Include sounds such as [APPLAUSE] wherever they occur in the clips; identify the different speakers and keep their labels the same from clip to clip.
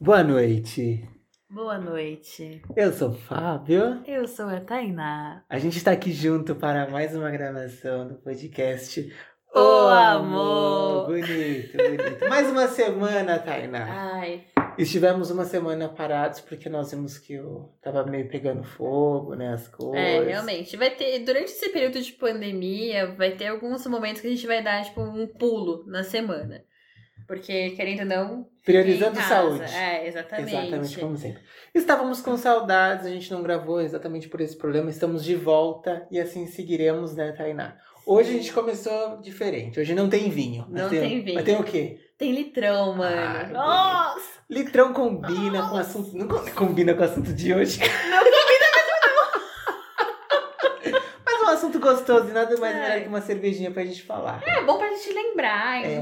Speaker 1: Boa noite.
Speaker 2: Boa noite.
Speaker 1: Eu sou o Fábio.
Speaker 2: Eu sou a Tainá.
Speaker 1: A gente está aqui junto para mais uma gravação do podcast
Speaker 2: O Amor.
Speaker 1: Bonito, bonito. mais uma semana, Tainá.
Speaker 2: Ai,
Speaker 1: Estivemos uma semana parados porque nós vimos que eu tava meio pegando fogo, né? As coisas.
Speaker 2: é, realmente. Vai ter, durante esse período de pandemia, vai ter alguns momentos que a gente vai dar, tipo, um pulo na semana. Porque, querendo ou não. fica em
Speaker 1: Priorizando
Speaker 2: casa.
Speaker 1: saúde.
Speaker 2: É, exatamente.
Speaker 1: Exatamente, como sempre. Estávamos com saudades, a gente não gravou exatamente por esse problema, estamos de volta e assim seguiremos, né, Tainá? Hoje a gente começou diferente, hoje não tem vinho. mas
Speaker 2: Não tem vinho.
Speaker 1: Mas tem o quê?
Speaker 2: Tem litrão, mano.
Speaker 1: Ai, meu
Speaker 2: Nossa!
Speaker 1: Litrão combina com o assunto. Não co- combina com o assunto de hoje. Não combina mesmo, não. [LAUGHS] Mas um assunto gostoso e nada mais
Speaker 2: É.
Speaker 1: melhor que uma cervejinha pra gente falar.
Speaker 2: É bom pra gente lembrar,
Speaker 1: É.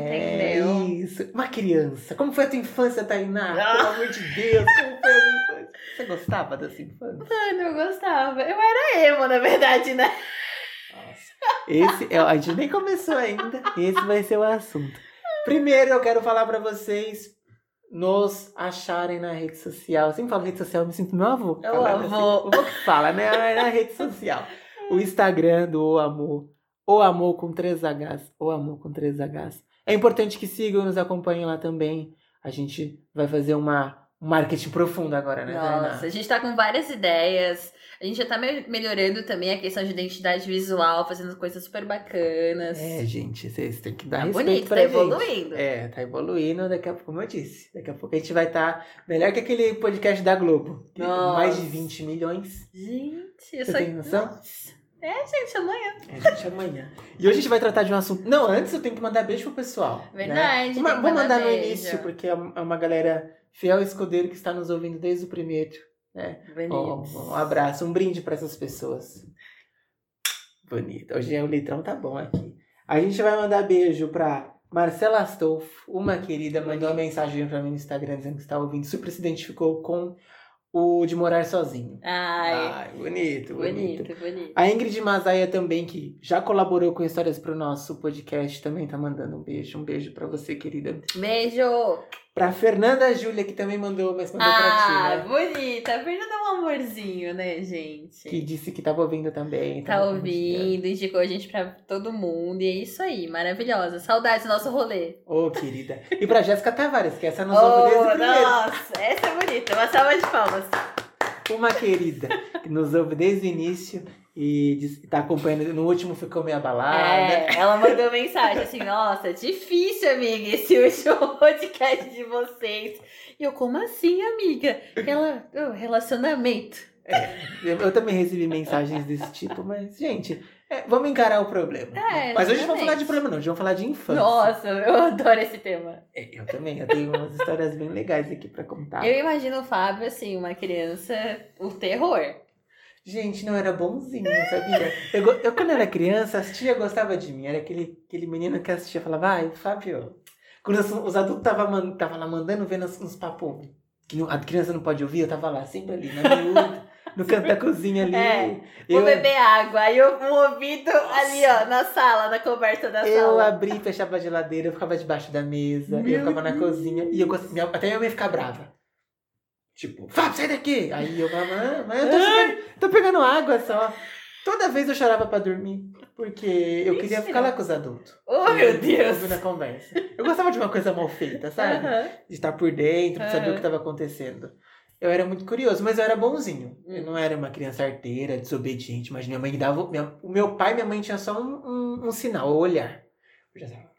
Speaker 2: entendeu? Ah.
Speaker 1: isso. Uma criança. Como foi a tua infância, Tainá? Pelo amor de Deus, como foi a minha infância? Você gostava dessa infância?
Speaker 2: Mano, eu gostava. Eu era emo, na verdade, né?
Speaker 1: Nossa. Esse é, a gente nem começou ainda. Esse vai ser o assunto. Primeiro eu quero falar pra vocês nos acharem na rede social. Eu sempre falo rede social, eu me sinto meu avô.
Speaker 2: É o
Speaker 1: falando
Speaker 2: avô.
Speaker 1: assim. O avô que fala, né? É na rede social. O Instagram do O Amor. O Amor com 3Hs. O Amor com 3Hs. É importante que sigam e nos acompanhem lá também. A gente vai fazer uma, um marketing profundo agora, né,
Speaker 2: Nossa, a gente tá com várias ideias. A gente já tá me- melhorando também a questão de identidade visual, fazendo coisas super bacanas.
Speaker 1: É, gente, vocês têm que dar
Speaker 2: tá
Speaker 1: respeito
Speaker 2: bonito,
Speaker 1: pra
Speaker 2: tá
Speaker 1: gente.
Speaker 2: evoluindo.
Speaker 1: É, tá evoluindo, daqui a pouco, como eu disse, daqui a pouco a gente vai estar melhor que aquele podcast da Globo. que
Speaker 2: Nossa.
Speaker 1: Mais de 20 milhões.
Speaker 2: Gente, eu
Speaker 1: Você
Speaker 2: só...
Speaker 1: tem noção?
Speaker 2: Nossa. É, gente, amanhã.
Speaker 1: A gente amanhã. E hoje a gente vai tratar de um assunto. Não, antes eu tenho que mandar beijo pro pessoal. né?
Speaker 2: É Verdade,
Speaker 1: Uma-
Speaker 2: tem que
Speaker 1: vou
Speaker 2: mandar
Speaker 1: mandar no
Speaker 2: beijo.
Speaker 1: início, porque é uma é uma galera fiel escudeiro que está nos ouvindo desde o primeiro. Né? Ó,
Speaker 2: Bonito.
Speaker 1: um abraço, um brinde pra essas pessoas. Bonito. Hoje é o litrão tá bom aqui. A gente vai mandar beijo pra Marcela Astolfo, uma querida, mandou uma mensagem pra mim no Instagram dizendo que está ouvindo, super se identificou com o de morar sozinho.
Speaker 2: Ai,
Speaker 1: bonito, Ah, bonito.
Speaker 2: bonito, bonito.
Speaker 1: A Ingrid Mazaia também, que já colaborou com histórias pro nosso podcast, também tá mandando um beijo. Um beijo pra você, querida.
Speaker 2: Beijo.
Speaker 1: Pra Fernanda Júlia, que também mandou, mas mandou pra
Speaker 2: Ah,
Speaker 1: ti, né?
Speaker 2: bonita. A Fernanda é um amorzinho, né, gente?
Speaker 1: Que disse que tava ouvindo também.
Speaker 2: Tá
Speaker 1: tava compartilhando.
Speaker 2: ouvindo, indicou a gente pra todo mundo. E é isso aí, maravilhosa. Saudades do nosso rolê.
Speaker 1: Ô, querida. E pra Jéssica Tavares, que essa nos
Speaker 2: Oh,
Speaker 1: ouve desde o primeiro.
Speaker 2: nossa, essa é bonita. Uma salva de palmas.
Speaker 1: Uma querida, que nos ouve desde o início e diz que tá acompanhando. No último ficou meio abalada.
Speaker 2: é, ela mandou mensagem assim: Nossa, difícil, amiga, esse [LAUGHS] último podcast de vocês. E eu, como assim, amiga? Ela, oh, relacionamento.
Speaker 1: Eu, eu também recebi mensagens desse tipo, mas, gente, é, vamos encarar o problema.
Speaker 2: É,
Speaker 1: mas hoje não vamos
Speaker 2: exatamente.
Speaker 1: falar de problema, não. Hoje vamos falar de infância.
Speaker 2: Nossa, eu adoro esse tema.
Speaker 1: É, Eu também, eu tenho umas histórias bem legais aqui pra contar.
Speaker 2: Eu imagino o Fábio, assim, uma criança, o terror.
Speaker 1: Gente, não era bonzinho, sabia? Eu, go- eu, quando era criança, as tias gostavam de mim. Era aquele, aquele menino que assistia e falava, ai, Fábio. Quando os, os adultos estavam man, tava lá mandando, vendo uns, uns papos que não- a criança não pode ouvir, eu tava lá, sempre ali, na miúda, no canto da cozinha ali.
Speaker 2: É, Vou
Speaker 1: eu,
Speaker 2: beber água. Aí eu, um ouvido ali, ó, na sala, na coberta da
Speaker 1: eu
Speaker 2: sala.
Speaker 1: abri, fechava a geladeira, eu ficava debaixo da mesa,
Speaker 2: Meu
Speaker 1: eu ficava na cozinha. E eu gostava, minha- até eu ia ficar brava. Tipo, Fábio, sai daqui! Aí eu falava, ah, mas eu tô, chegando- tô pegando água só. Toda vez eu chorava pra dormir, porque eu queria
Speaker 2: Mentira.
Speaker 1: ficar lá com os adultos.
Speaker 2: Oh, meu
Speaker 1: Ouvindo a
Speaker 2: Deus.
Speaker 1: conversa. Eu gostava de uma coisa mal feita, sabe?
Speaker 2: Aham.
Speaker 1: De estar por dentro, de saber
Speaker 2: Aham.
Speaker 1: o que estava acontecendo. Eu era muito curioso, mas eu era bonzinho. Eu
Speaker 2: Hum.
Speaker 1: não era uma criança arteira, desobediente, mas minha mãe dava. minha- o meu pai e minha mãe tinha só um, um, um sinal, o olhar. Eu já sabia,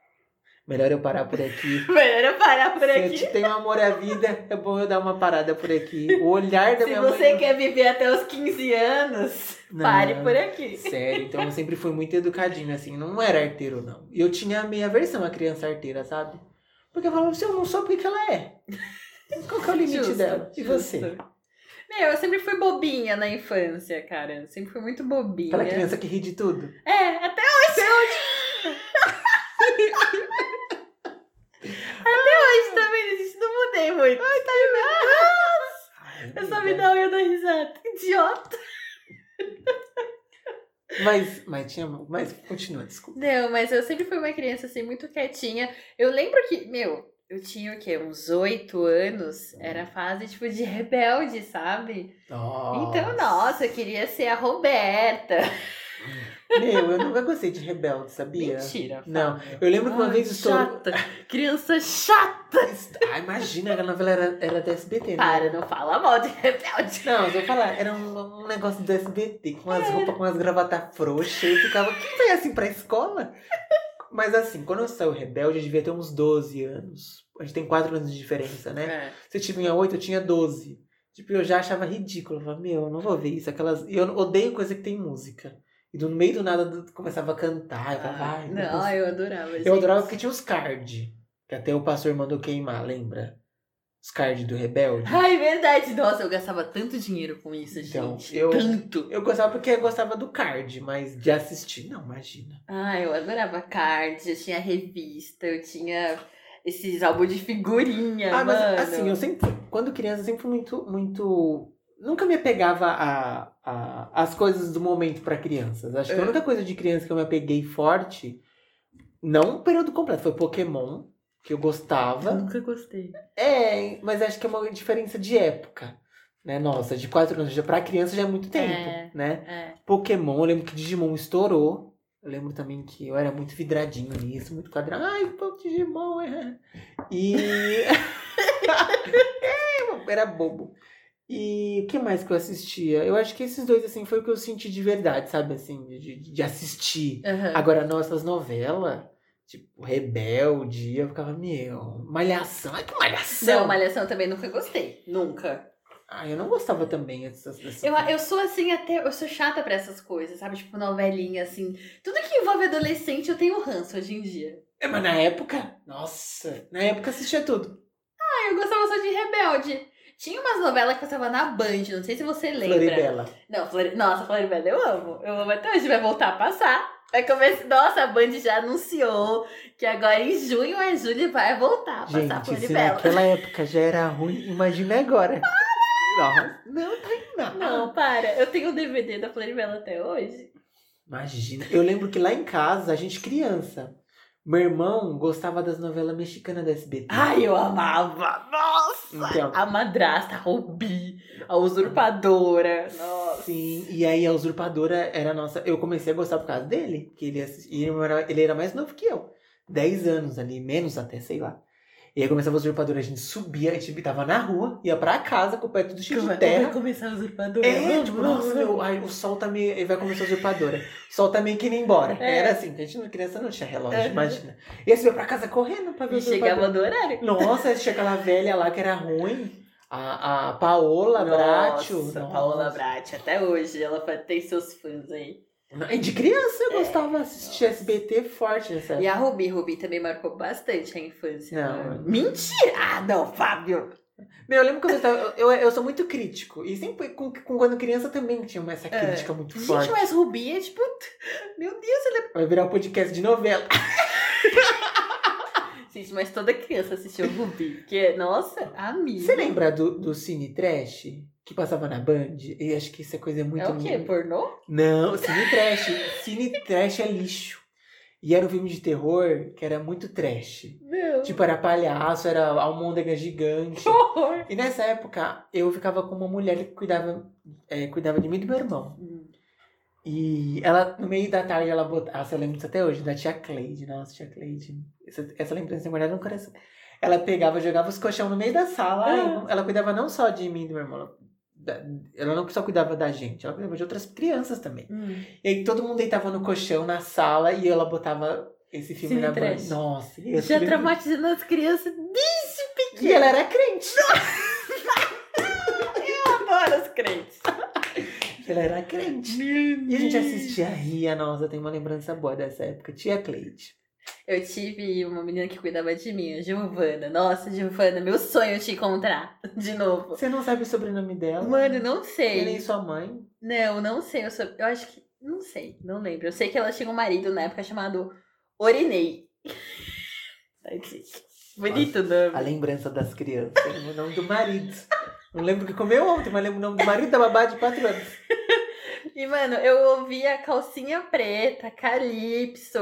Speaker 1: Melhor eu parar por aqui.
Speaker 2: Melhor eu parar [LAUGHS] por
Speaker 1: Se
Speaker 2: aqui.
Speaker 1: eu te tenho amor à vida, é bom eu dar uma parada por aqui. O olhar da
Speaker 2: Se
Speaker 1: minha
Speaker 2: você
Speaker 1: mãe.
Speaker 2: quer viver até os 15 anos,
Speaker 1: Não.
Speaker 2: pare por aqui.
Speaker 1: Sério, então eu sempre fui muito educadinho, assim, não era arteiro, não. E eu tinha meia versão a criança arteira, sabe? Porque eu falava, se eu não sou, por que que ela é? Qual que é o limite
Speaker 2: Justo,
Speaker 1: dela? E
Speaker 2: justo.
Speaker 1: você?
Speaker 2: Meu, eu sempre fui bobinha na infância, cara. Eu Sempre fui muito bobinha.
Speaker 1: Aquela criança que ri de tudo.
Speaker 2: É, até hoje. Até hoje. também, gente, não mudei muito. Ai, tá Eu só me dou eu da risada. [LAUGHS] Idiota.
Speaker 1: Mas, mas tinha. Mas continua, desculpa.
Speaker 2: Não, mas eu sempre fui uma criança, assim, muito quietinha. Eu lembro que, meu, eu tinha o quê? Uns oito anos. Era a fase, tipo, de [LAUGHS] rebelde, sabe?
Speaker 1: Nossa.
Speaker 2: Então, nossa, eu queria ser a Roberta.
Speaker 1: Meu, eu nunca gostei de rebelde, sabia?
Speaker 2: Mentira.
Speaker 1: Não,
Speaker 2: Fábio.
Speaker 1: eu lembro que uma
Speaker 2: Ai,
Speaker 1: vez estourou.
Speaker 2: Chata. Criança chata. Tá.
Speaker 1: Ah, imagina, a novela era, era da SBT, né?
Speaker 2: Para, não fala mal de rebelde.
Speaker 1: Não, eu vou falar, era um, um negócio do SBT, com
Speaker 2: É.
Speaker 1: as roupas, com as gravatas frouxas, e eu ficava, quem vai assim pra escola? Mas assim, quando eu saio rebelde, eu devia ter uns 12 anos. A gente tem 4 anos de diferença, né?
Speaker 2: É.
Speaker 1: Você tinha 8, eu tinha 12. Tipo, eu já achava ridículo. Eu falava, meu, eu não vou ver isso. Aquelas... e Eu odeio coisa que tem música. E do meio do nada eu começava a cantar. Eu falava, ai, meu
Speaker 2: Ah, não, é
Speaker 1: Deus."
Speaker 2: eu adorava.
Speaker 1: Eu adorava porque tinha os card. Que até o pastor mandou queimar, lembra? Os card do Rebelde.
Speaker 2: Ai, verdade. Nossa, eu gastava tanto dinheiro com isso,
Speaker 1: Então,
Speaker 2: gente.
Speaker 1: eu-
Speaker 2: Tanto.
Speaker 1: Eu gostava porque eu gostava do card, mas de assistir, não, imagina.
Speaker 2: Ai, Ah, eu adorava cards, eu tinha revista, eu tinha esses álbuns de figurinha,
Speaker 1: ah, mas
Speaker 2: mano.
Speaker 1: assim, eu sempre. Quando criança, eu sempre fui muito. muito nunca me apegava a, a, as coisas do momento pra crianças. Acho que
Speaker 2: É.
Speaker 1: a única coisa de criança que eu me apeguei forte, não o período completo, foi Pokémon, que eu
Speaker 2: Eu
Speaker 1: gostava.
Speaker 2: nunca gostei.
Speaker 1: É, mas acho que é uma diferença de época. Né? Nossa, de 4 anos já pra criança já é muito tempo,
Speaker 2: É.
Speaker 1: né?
Speaker 2: É.
Speaker 1: Pokémon, eu lembro que Digimon estourou. Eu lembro também que eu era muito vidradinho nisso, muito quadrado. Ai, pô, Digimon, é. E. [LAUGHS] É, era bobo. E o que mais que eu assistia? Eu acho que esses dois, assim, foi o que eu senti de verdade, sabe? Assim, de, de- de assistir.
Speaker 2: Aham.
Speaker 1: Agora, nossas novelas, tipo, Rebelde, eu ficava, meu, Malhação, ai que Malhação!
Speaker 2: Não, Malhação eu também nunca gostei. Nunca.
Speaker 1: Ah, eu não gostava também dessas dessas
Speaker 2: Eu, eu sou assim, até. Eu sou chata pra essas coisas, sabe? Tipo, novelinha, assim. Tudo que envolve adolescente eu tenho ranço hoje em dia.
Speaker 1: É, mas na época, nossa, na época assistia tudo.
Speaker 2: Ah, eu gostava só de Rebelde. Tinha umas novelas que passava na Band, não sei se você lembra.
Speaker 1: Floribela.
Speaker 2: Não, Flor... Nossa, Floribela eu amo. Eu amo até hoje, vai voltar a passar. Vai começar... Nossa, a Band já anunciou que agora em junho a Júlia vai voltar a passar
Speaker 1: Gente, se
Speaker 2: Floribela.
Speaker 1: naquela época já era ruim, imagina agora. Nossa, não tá indo nada.
Speaker 2: Não, para. Eu tenho um o DVD da Floribela até hoje.
Speaker 1: Imagina. Eu lembro que lá em casa, a gente criança, meu irmão gostava das novelas mexicanas da SBT.
Speaker 2: Ai, eu amava. Nossa!
Speaker 1: Então,
Speaker 2: A madrasta, a Rubi, a usurpadora. Nossa.
Speaker 1: sim. E aí a usurpadora era nossa. Eu comecei a gostar por causa dele, porque ele, assistia, ele, era, ele era mais novo que eu. 10 anos ali, menos até, sei lá. E aí começava a usurpadora, a gente subia, a gente tava na rua, ia pra casa com o pé tudo cheio de terra.
Speaker 2: Vai começar a usurpadora.
Speaker 1: É,
Speaker 2: Vamos,
Speaker 1: tipo,
Speaker 2: vamos,
Speaker 1: nossa,
Speaker 2: vamos.
Speaker 1: meu, ai, o sol tá meio. Ele vai começar a usurpadora. O sol tá meio que indo embora.
Speaker 2: É.
Speaker 1: Era assim, que a gente não criança não tinha relógio,
Speaker 2: Aham.
Speaker 1: imagina. E aí você veio pra casa correndo pra ver o
Speaker 2: E
Speaker 1: usurpador.
Speaker 2: chegava do horário.
Speaker 1: Nossa, aí tinha aquela velha lá que era ruim. A, a Paola Bracho.
Speaker 2: Nossa, Paola Bratio, até hoje ela tem seus fãs aí.
Speaker 1: Bratio. De criança eu
Speaker 2: É,
Speaker 1: gostava de assistir SBT forte nessa
Speaker 2: E
Speaker 1: época.
Speaker 2: a Rubi, Rubi também marcou bastante a infância.
Speaker 1: Não. é.
Speaker 2: né? Mentira! Ah, não, Fábio!
Speaker 1: Meu, eu lembro quando eu, tava, eu, eu- eu sou muito crítico. E sempre com, com quando criança também tinha uma- essa
Speaker 2: É.
Speaker 1: crítica muito
Speaker 2: Gente,
Speaker 1: forte.
Speaker 2: mas Rubi é tipo. t- Meu Deus!
Speaker 1: Vai virar um podcast de novela.
Speaker 2: Gente, mas toda criança assistiu Rubi. Que, é, nossa, amigo.
Speaker 1: Você lembra do, do Cine Trash? Que passava na Band? E acho que isso é coisa muito.
Speaker 2: É o quê? Pornô?
Speaker 1: Não, Cine Trash. Cine Trash é lixo. E era um filme de terror que era muito trash.
Speaker 2: Não.
Speaker 1: Tipo, era palhaço, era almôndega gigante.
Speaker 2: horror.
Speaker 1: E nessa época, eu ficava com uma mulher que cuidava, é, cuidava de mim e do meu irmão. E ela, no meio da tarde, ela botava. Nossa, eu lembro disso até hoje, da tia Cleide. Nossa, tia Cleide. Essa, essa lembrança tem guardada no coração. Ela pegava, jogava os colchão no meio da sala.
Speaker 2: Ah.
Speaker 1: e não- Ela cuidava não só de mim e do meu irmão. Ela, da- ela não só cuidava da gente, ela cuidava de outras crianças também. E aí todo mundo deitava no colchão na sala e ela botava esse filme
Speaker 2: Cine
Speaker 1: na banha.
Speaker 2: Trash.
Speaker 1: Nossa, e eu
Speaker 2: Já
Speaker 1: lembro-
Speaker 2: traumatizando as crianças desde pequeno.
Speaker 1: E ela era crente.
Speaker 2: adora as crentes.
Speaker 1: Ela era crente. E a gente assistia, ria, nossa, tem uma lembrança boa dessa época. Tia Cleide.
Speaker 2: Eu tive uma menina que cuidava de mim, a Giovana. Nossa, Giovana, meu sonho é te encontrar [LAUGHS] de novo.
Speaker 1: Você não sabe o sobrenome dela?
Speaker 2: Mano, não
Speaker 1: E nem
Speaker 2: sei.
Speaker 1: sua mãe.
Speaker 2: Não, não sei. Eu, sou... eu acho que. Não sei, não lembro. Eu sei que ela tinha um marido na época chamado Orinei. [LAUGHS] Tadinho. Bonito o
Speaker 1: A
Speaker 2: nome.
Speaker 1: lembrança das crianças. Eu lembro o nome do marido. Não lembro o que comeu ontem, mas lembro o nome do marido da babá de quatro anos.
Speaker 2: E, mano, eu ouvia calcinha preta, [LAUGHS] calypso,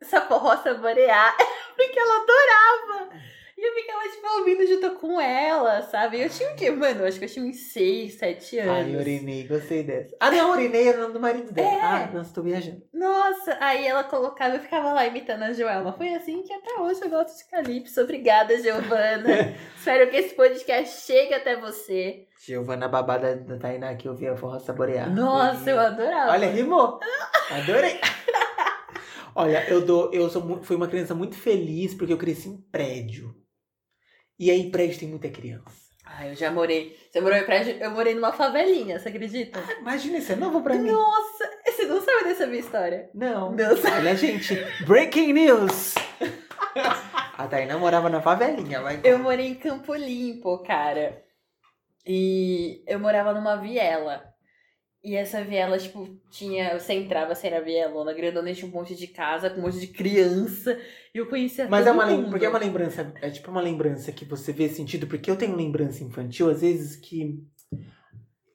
Speaker 2: essa forró saborear, porque ela adorava. E eu ficava, tipo, ouvindo junto com ela, sabe? Eu tinha o quê, mano? Eu acho que eu tinha uns 6, 7 anos.
Speaker 1: Ai, urinei, gostei dessa. Ah, não, urinei era o nome do marido dela.
Speaker 2: É.
Speaker 1: Ah, nossa, tô viajando.
Speaker 2: Nossa, aí ela colocava, eu ficava lá imitando a Joelma. Foi assim que até hoje eu gosto de Calypso.
Speaker 1: [LAUGHS]
Speaker 2: Obrigada, Giovana. Espero que esse podcast chegue até você.
Speaker 1: Giovana Babada da Tainá que eu via forró saborear.
Speaker 2: Nossa, eu adorava.
Speaker 1: Olha, rimou. Adorei. [LAUGHS] Olha, eu dou, eu sou, mu- fui uma criança muito feliz porque eu cresci em prédio. E aí, prédio tem muita criança.
Speaker 2: Ai, eu já morei. Você morou em prédio? Eu morei numa favelinha, você acredita?
Speaker 1: Imagina, isso é novo pra mim.
Speaker 2: Nossa, você não sabe dessa minha história.
Speaker 1: Não.
Speaker 2: Não sabe.
Speaker 1: Olha, gente, breaking news. A Tainá morava na favelinha, vai.
Speaker 2: Eu morei em Campo Limpo, cara. E eu morava numa viela. E essa viela, tipo, tinha. Você entrava, você era vielona, grandona, tinha um monte de casa, com um monte de criança. E eu conhecia
Speaker 1: Mas
Speaker 2: todo
Speaker 1: é uma, lem-
Speaker 2: mundo.
Speaker 1: porque é uma lembrança, é tipo uma lembrança que você vê sentido, porque eu tenho lembrança infantil, às vezes, que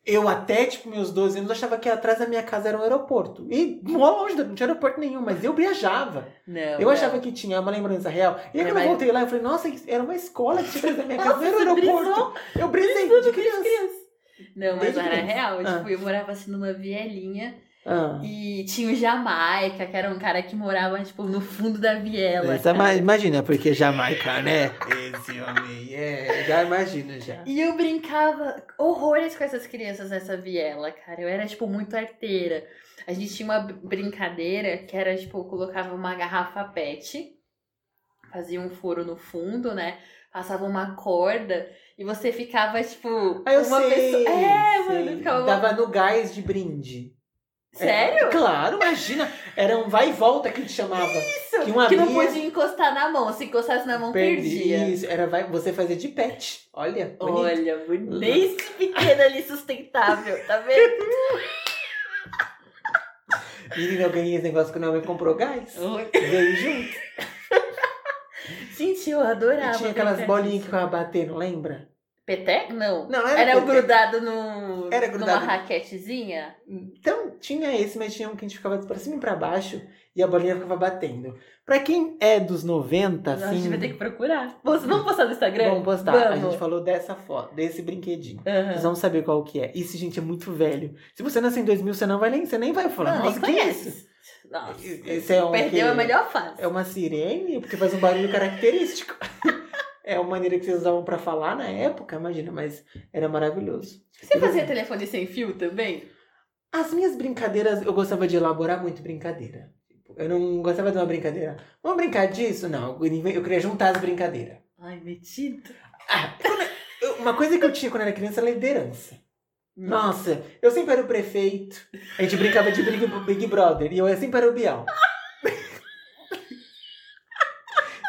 Speaker 1: eu até, tipo, meus 12 anos, achava que atrás da minha casa era um aeroporto. E mó longe, não tinha aeroporto nenhum, mas eu viajava.
Speaker 2: Não. é
Speaker 1: Eu achava que tinha uma lembrança real. E aí,
Speaker 2: Minha
Speaker 1: quando
Speaker 2: mãe-
Speaker 1: eu voltei lá, eu falei, nossa, isso era uma escola que tinha atrás da minha casa,
Speaker 2: Nossa,
Speaker 1: não era um
Speaker 2: você
Speaker 1: aeroporto.
Speaker 2: brisou.
Speaker 1: Eu brisei de
Speaker 2: Desde
Speaker 1: criança.
Speaker 2: criança. Não, mas
Speaker 1: Desde
Speaker 2: não era
Speaker 1: criança.
Speaker 2: real.
Speaker 1: Ah.
Speaker 2: Tipo, eu morava assim numa vielinha
Speaker 1: Ah.
Speaker 2: e tinha o Jamaica, que era um cara que morava, tipo, no fundo da viela.
Speaker 1: Essa,
Speaker 2: cara.
Speaker 1: ma- imagina, porque Jamaica, né? Esse homem, é, já imagino já.
Speaker 2: E eu brincava horrores com essas crianças nessa viela, cara. Eu era, tipo, muito arteira. A gente tinha uma br- brincadeira que era, tipo, eu colocava uma garrafa pet, fazia um furo no fundo, né? Passava uma corda e você ficava, tipo,
Speaker 1: Ah, eu
Speaker 2: uma
Speaker 1: sei,
Speaker 2: pessoa. É,
Speaker 1: sei.
Speaker 2: mano, ficava. uma-
Speaker 1: Dava no gás de brinde.
Speaker 2: Sério?
Speaker 1: É, claro, imagina. Era um vai e volta que te chamava.
Speaker 2: Isso!
Speaker 1: que É. uma
Speaker 2: que não
Speaker 1: minha-
Speaker 2: podia encostar na mão. Se encostasse na mão, perdia.
Speaker 1: Isso, era vai, você fazia de pet. Olha, bonito.
Speaker 2: Olha, bonito. desde pequena ali sustentável, tá
Speaker 1: [LAUGHS]
Speaker 2: vendo?
Speaker 1: Menina, eu ganhei esse negócio que minha mãe comprou gás. Veio junto.
Speaker 2: Gente, eu adorava.
Speaker 1: E tinha aquelas
Speaker 2: brincar
Speaker 1: bolinhas
Speaker 2: disso.
Speaker 1: que ficava batendo, lembra?
Speaker 2: Peteco? Não.
Speaker 1: Não, era,
Speaker 2: Era o
Speaker 1: peteca.
Speaker 2: grudado no.
Speaker 1: Era grudado.
Speaker 2: numa raquetezinha?
Speaker 1: Então, tinha esse, mas tinha um que a gente ficava pra cima e pra baixo e a bolinha ficava batendo. Pra quem é dos 90,
Speaker 2: Nossa, a gente
Speaker 1: assim.
Speaker 2: vai ter que procurar. Vamos vamos postar no Instagram?
Speaker 1: Vamos postar. A
Speaker 2: Vamos.
Speaker 1: gente falou dessa foto, desse brinquedinho.
Speaker 2: Aham.
Speaker 1: Vocês vão saber qual que é. Isso, gente, é muito velho. Se você nascer em 2000, você não vai nem, você nem vai falar,
Speaker 2: Não,
Speaker 1: nossa,
Speaker 2: nem
Speaker 1: que é isso?
Speaker 2: conhece. Nossa.
Speaker 1: Esse é um
Speaker 2: Perdeu
Speaker 1: que-
Speaker 2: a melhor fase.
Speaker 1: É uma sirene, porque faz um barulho característico. [LAUGHS] é uma maneira que vocês usavam pra falar na época, imagina, mas era maravilhoso.
Speaker 2: Você fazia telefone sem fio também?
Speaker 1: As minhas brincadeiras, eu gostava de elaborar muito brincadeira. Tipo, Eu não gostava de uma brincadeira. Vamos brincar disso? Não, eu eu queria juntar as brincadeiras.
Speaker 2: Ai, metido.
Speaker 1: Ah, quando- eu- uma coisa que eu tinha quando era criança era liderança. Nossa, eu sempre era o prefeito. A gente brincava de Big, Big Brother. E eu sempre era o Bial.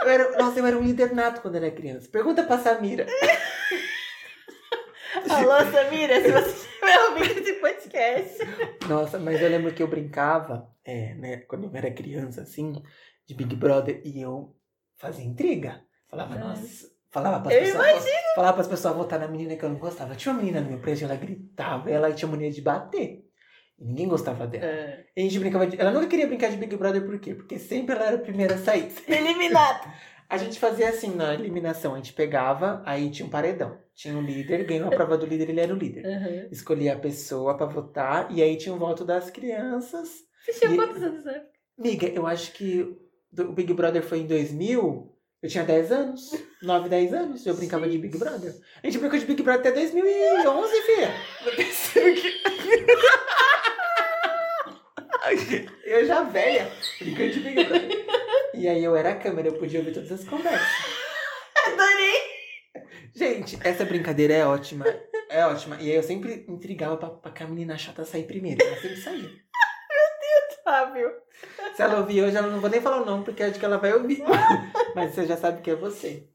Speaker 1: Eu era, nossa, eu era um líder nato quando era criança. Pergunta pra Samira.
Speaker 2: [LAUGHS] Alô, Samira, se você estiver ouvindo esse podcast.
Speaker 1: Nossa, mas eu lembro que eu brincava, é, né, quando eu era criança, assim, de Big Brother. E eu fazia intriga. Falava,
Speaker 2: Ah.
Speaker 1: nossa... Falava pras
Speaker 2: Eu
Speaker 1: pessoas, falava pras pessoas votar na menina que eu não gostava. Tinha uma menina no meu prédio, ela gritava. Ela tinha mania de bater. E ninguém gostava dela.
Speaker 2: Ah.
Speaker 1: A gente brincava de... Ela nunca queria brincar de Big Brother, por quê? Porque sempre ela era a primeira a sair.
Speaker 2: Eliminado.
Speaker 1: A gente fazia assim na eliminação, a gente pegava, aí tinha um paredão. Tinha um líder, ganhou a prova do líder, ele era o líder.
Speaker 2: Aham.
Speaker 1: Escolhia a pessoa pra votar, e aí tinha o voto das crianças.
Speaker 2: Você tinha
Speaker 1: E-
Speaker 2: quantos anos? né?
Speaker 1: Miga, eu acho que do- o Big Brother foi em 2000, eu tinha 10 anos, 9, 10 anos, eu brincava de Big Brother. A gente brincou de Big Brother até 2011, filha. Eu já velha, brincando de Big Brother. E aí eu era a câmera, eu podia ouvir todas as conversas.
Speaker 2: Adorei.
Speaker 1: Gente, essa brincadeira é ótima, é ótima. E aí eu sempre intrigava pra, pra que a menina chata sair primeiro, ela sempre saía.
Speaker 2: Fábio.
Speaker 1: Se ela ouvir hoje, ela não vou nem falar o nome, porque acho que ela vai ouvir. Mas você já sabe que é você.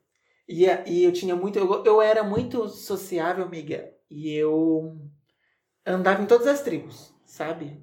Speaker 1: E, a- e eu tinha muito. Eu, eu era muito sociável, amiga. E eu andava em todas as tribos, sabe?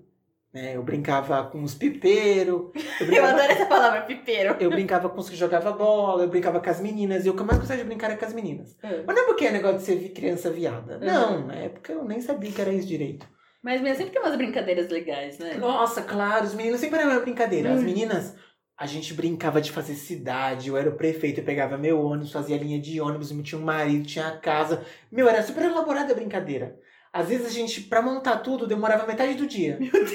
Speaker 1: Né, eu brincava com os pipeiros. Eu
Speaker 2: [LAUGHS] Eu
Speaker 1: brincava,
Speaker 2: adoro essa palavra, pipeiro.
Speaker 1: eu brincava com os que jogava bola, eu brincava com as meninas. E o que eu mais gostava de brincar era com as meninas. Mas não é porque é negócio de ser vi- criança viada. Não, na época eu nem sabia que era isso direito.
Speaker 2: Mas minha sempre tem umas assim brincadeiras legais, né?
Speaker 1: Nossa, claro, os meninos sempre era a mesma brincadeira. As
Speaker 2: Hum.
Speaker 1: meninas, A gente brincava de fazer cidade, eu era o prefeito, eu pegava meu ônibus, fazia linha de ônibus, eu tinha um marido, tinha a casa. Meu, era super elaborada a brincadeira. Às vezes a gente, pra montar tudo, demorava metade do dia. Meu Deus!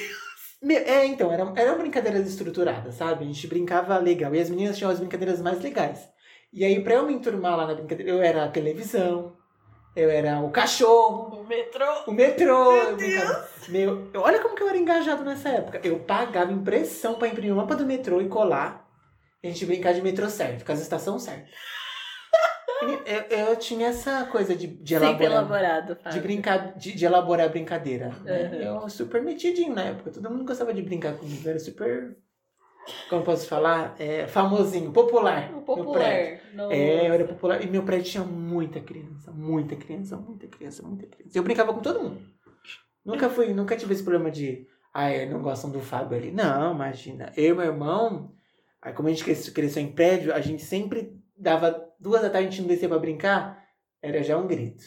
Speaker 1: é, então, eram era brincadeiras estruturadas, sabe? A gente brincava legal. E as meninas tinham as brincadeiras mais legais. E aí, pra eu me enturmar lá na brincadeira, eu era a televisão, eu era o cachorro,
Speaker 2: O metrô.
Speaker 1: o metrô.
Speaker 2: Meu
Speaker 1: eu brincava- Meu, eu- olha como que eu era engajado nessa época. Eu pagava impressão pra imprimir o mapa do metrô e colar. E a gente brincar de metrô certo, com as estações certas. Eu, eu tinha essa coisa de, de
Speaker 2: Sempre
Speaker 1: elaborar.
Speaker 2: elaborado, Fábio.
Speaker 1: De brincar, de, de elaborar a brincadeira. né?
Speaker 2: Uhum.
Speaker 1: Eu super metidinho na época. Todo mundo gostava de brincar comigo. Eu Era super. Como posso falar? É, famosinho, popular.
Speaker 2: É, O
Speaker 1: no prédio.
Speaker 2: popular. No...
Speaker 1: É, eu era popular. E meu prédio tinha muita criança, muita criança, muita criança, muita criança. Eu brincava com todo mundo. Nunca fui, nunca tive esse problema de. Ah, é, não gostam do Fábio ali. Não, imagina. Eu e meu irmão, aí como a gente cres- cresceu em prédio, a gente sempre dava duas da tarde, a gente não descia pra brincar, era já um grito.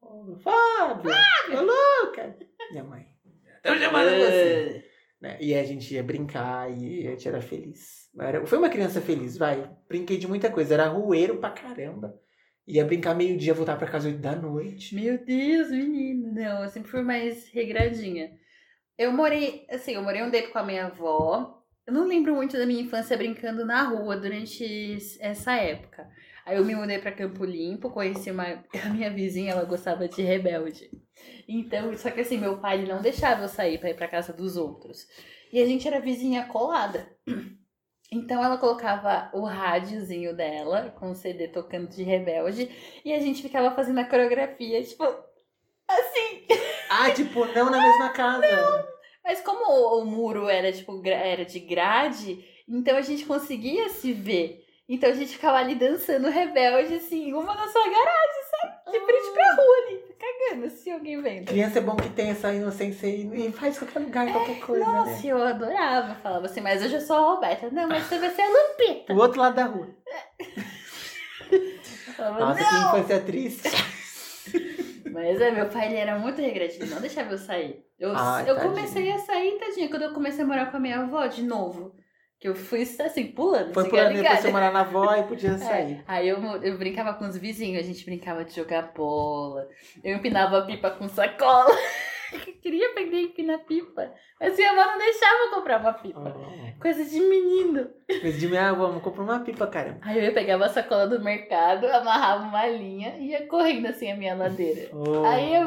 Speaker 1: Ô, Fábio! Fábio! Ô, louca! Minha mãe. Tô chamando você!
Speaker 2: É.
Speaker 1: né? E a gente ia brincar e a gente era feliz. Eu Era, foi uma criança feliz, vai. Brinquei de muita coisa. Era rueiro pra caramba. Ia brincar meio-dia, voltar pra casa oito da noite.
Speaker 2: Meu Deus, menino. Não, eu sempre fui mais regradinha. Eu morei, assim, eu morei um tempo com a minha avó. Eu não lembro muito da minha infância brincando na rua durante es- essa época. Aí eu me mudei pra Campo Limpo, conheci uma a minha vizinha, ela gostava de rebelde. Então, só que assim, meu pai ele não deixava eu sair pra ir pra casa dos outros. E a gente era vizinha colada. Então ela colocava o rádiozinho dela com o CD tocando de rebelde e a gente ficava fazendo a coreografia, tipo, assim.
Speaker 1: Ah, tipo, não na mesma casa.
Speaker 2: Mas como o, o muro era, tipo, gra- era de grade, então a gente conseguia se ver. Então a gente ficava ali dançando rebelde, assim, uma na sua garagem, sabe? De frente pra rua ali, cagando, se alguém vendo.
Speaker 1: Criança é bom Ah. que tem essa inocência e, e faz qualquer lugar, qualquer coisa, né?
Speaker 2: Nossa, eu adorava, falava assim, mas hoje eu sou a Roberta. Não, mas você vai ser a Lupita.
Speaker 1: O outro lado da rua.
Speaker 2: Eu falava,
Speaker 1: Nossa,
Speaker 2: "Não,
Speaker 1: que infância triste.
Speaker 2: Mas é, meu pai ele era muito regradinho, não deixava eu sair. Eu,
Speaker 1: Ai,
Speaker 2: eu
Speaker 1: Ah, tadinho.
Speaker 2: comecei a sair, tadinha, quando eu comecei a morar com a minha avó de novo. Que eu fui assim, pulando,
Speaker 1: Foi
Speaker 2: se
Speaker 1: por ali
Speaker 2: ligada. É.
Speaker 1: depois você morar na avó e podia sair.
Speaker 2: Aí eu, mo- eu brincava com os vizinhos, a gente brincava de jogar bola, eu empinava a pipa com sacola. [LAUGHS] Eu queria aprender a empinar pipa, mas minha avó não deixava eu comprar uma pipa.
Speaker 1: Ah,
Speaker 2: Coisa de menino.
Speaker 1: Mas de minha avó, comprou uma pipa, caramba.
Speaker 2: Aí eu pegava a sacola do mercado, amarrava uma linha e ia correndo assim a minha ladeira.
Speaker 1: Oh.
Speaker 2: Aí eu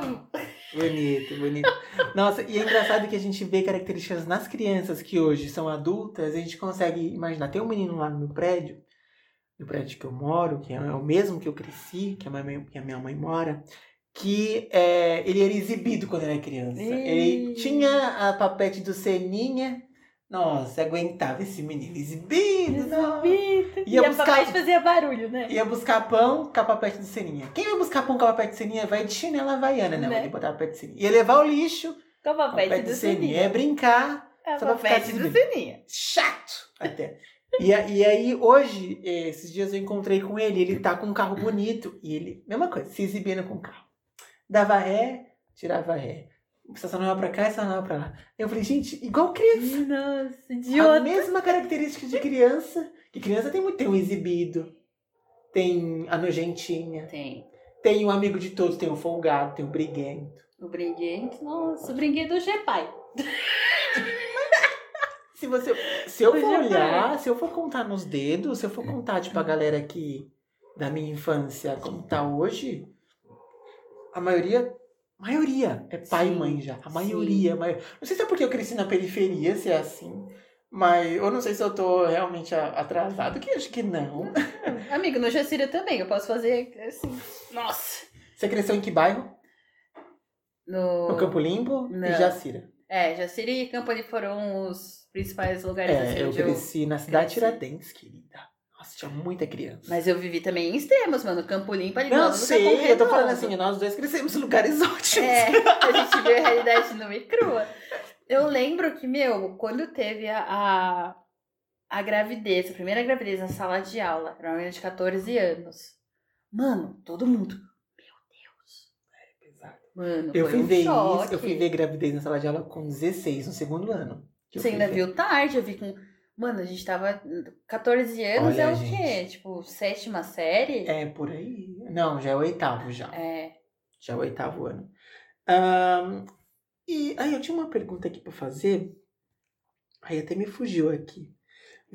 Speaker 1: Bonito, bonito. Nossa, e é engraçado que a gente vê características nas crianças que hoje são adultas, a gente consegue imaginar. Tem um menino lá no meu prédio, no prédio que eu moro, que é o mesmo que eu cresci, que a, mãe- que a minha mãe mora, que é, ele era exibido quando era criança.
Speaker 2: Ih.
Speaker 1: Ele tinha a papete do Seninha. Nossa, aguentava esse menino exibido. nossa.
Speaker 2: Zumbi.
Speaker 1: Ia
Speaker 2: e a
Speaker 1: buscar-
Speaker 2: papai fazia barulho, né?
Speaker 1: Ia buscar pão com a papete de sininha. Quem vai buscar pão com a papete de sininha vai de chinela havaiana, né?
Speaker 2: Né?
Speaker 1: Vai Ele botar a papete de sininha. Ia levar o lixo
Speaker 2: Com a papete
Speaker 1: Papete
Speaker 2: do
Speaker 1: do Sininho.
Speaker 2: sininho.
Speaker 1: É brincar.
Speaker 2: A
Speaker 1: só pra ficar assim.
Speaker 2: papete do
Speaker 1: exibido.
Speaker 2: sininho.
Speaker 1: Chato até. E, a- e aí, hoje, eh, esses dias eu encontrei com ele. Ele tá com um carro bonito. E ele, mesma coisa, se exibindo com o carro. Dava ré, tirava ré. Estacionava pra cá, estacionava pra lá. Eu falei, gente, igual criança.
Speaker 2: Nossa,
Speaker 1: A
Speaker 2: idiota.
Speaker 1: mesma característica de criança. Que criança tem muito. Tem o exibido. Tem a nojentinha.
Speaker 2: Tem.
Speaker 1: Tem o amigo de todos. Tem o folgado. Tem o briguento.
Speaker 2: O brinquedo, nossa, o brinquedo hoje é pai.
Speaker 1: Se você. Se eu for
Speaker 2: Hoje é
Speaker 1: olhar, se eu for contar nos dedos, se eu for contar, tipo, a galera que. Da minha infância, como tá hoje, a maioria. Maioria é pai e
Speaker 2: Sim,
Speaker 1: mãe já. A
Speaker 2: sim.
Speaker 1: maioria, a maio- Não sei se é porque eu cresci na periferia, se é assim. Mas eu não sei se eu tô realmente a- atrasado, que acho que não. [LAUGHS]
Speaker 2: Amigo, no Jacira também, eu posso fazer assim. Nossa.
Speaker 1: Você cresceu em que bairro?
Speaker 2: No,
Speaker 1: No Campo Limpo
Speaker 2: Não.
Speaker 1: e Jacira.
Speaker 2: É, Jacira e Campoli foram os principais lugares assim,
Speaker 1: É, eu
Speaker 2: onde eu...
Speaker 1: cresci na cidade
Speaker 2: cresci.
Speaker 1: Tiradentes, querida. Nossa, tinha muita criança.
Speaker 2: Mas eu vivi também em extremos, mano. Campo Limpo ali do
Speaker 1: Não
Speaker 2: lado do Capão
Speaker 1: sei, eu tô
Speaker 2: Redondo.
Speaker 1: falando assim, nós dois crescemos em lugares [LAUGHS] ótimos.
Speaker 2: É, a gente vê a realidade nua e crua. Eu lembro que, meu, quando teve a, a, a gravidez, a primeira gravidez na sala de aula, era uma menina de 14 anos. Mano, todo mundo. Mano,
Speaker 1: Eu
Speaker 2: foi
Speaker 1: fui
Speaker 2: um
Speaker 1: ver
Speaker 2: choque.
Speaker 1: isso, eu fui ver gravidez na sala de aula com 16, no segundo ano. que eu
Speaker 2: Você
Speaker 1: fui
Speaker 2: ainda
Speaker 1: ver.
Speaker 2: viu tarde, eu vi com. Mano, a gente tava. 14 anos
Speaker 1: Olha,
Speaker 2: é o
Speaker 1: gente.
Speaker 2: quê? Tipo, sétima série?
Speaker 1: É por aí. Não, já é o oitavo já.
Speaker 2: É.
Speaker 1: Já é o oitavo ano. Ahn, e aí eu tinha uma pergunta aqui pra fazer. Aí até me fugiu aqui.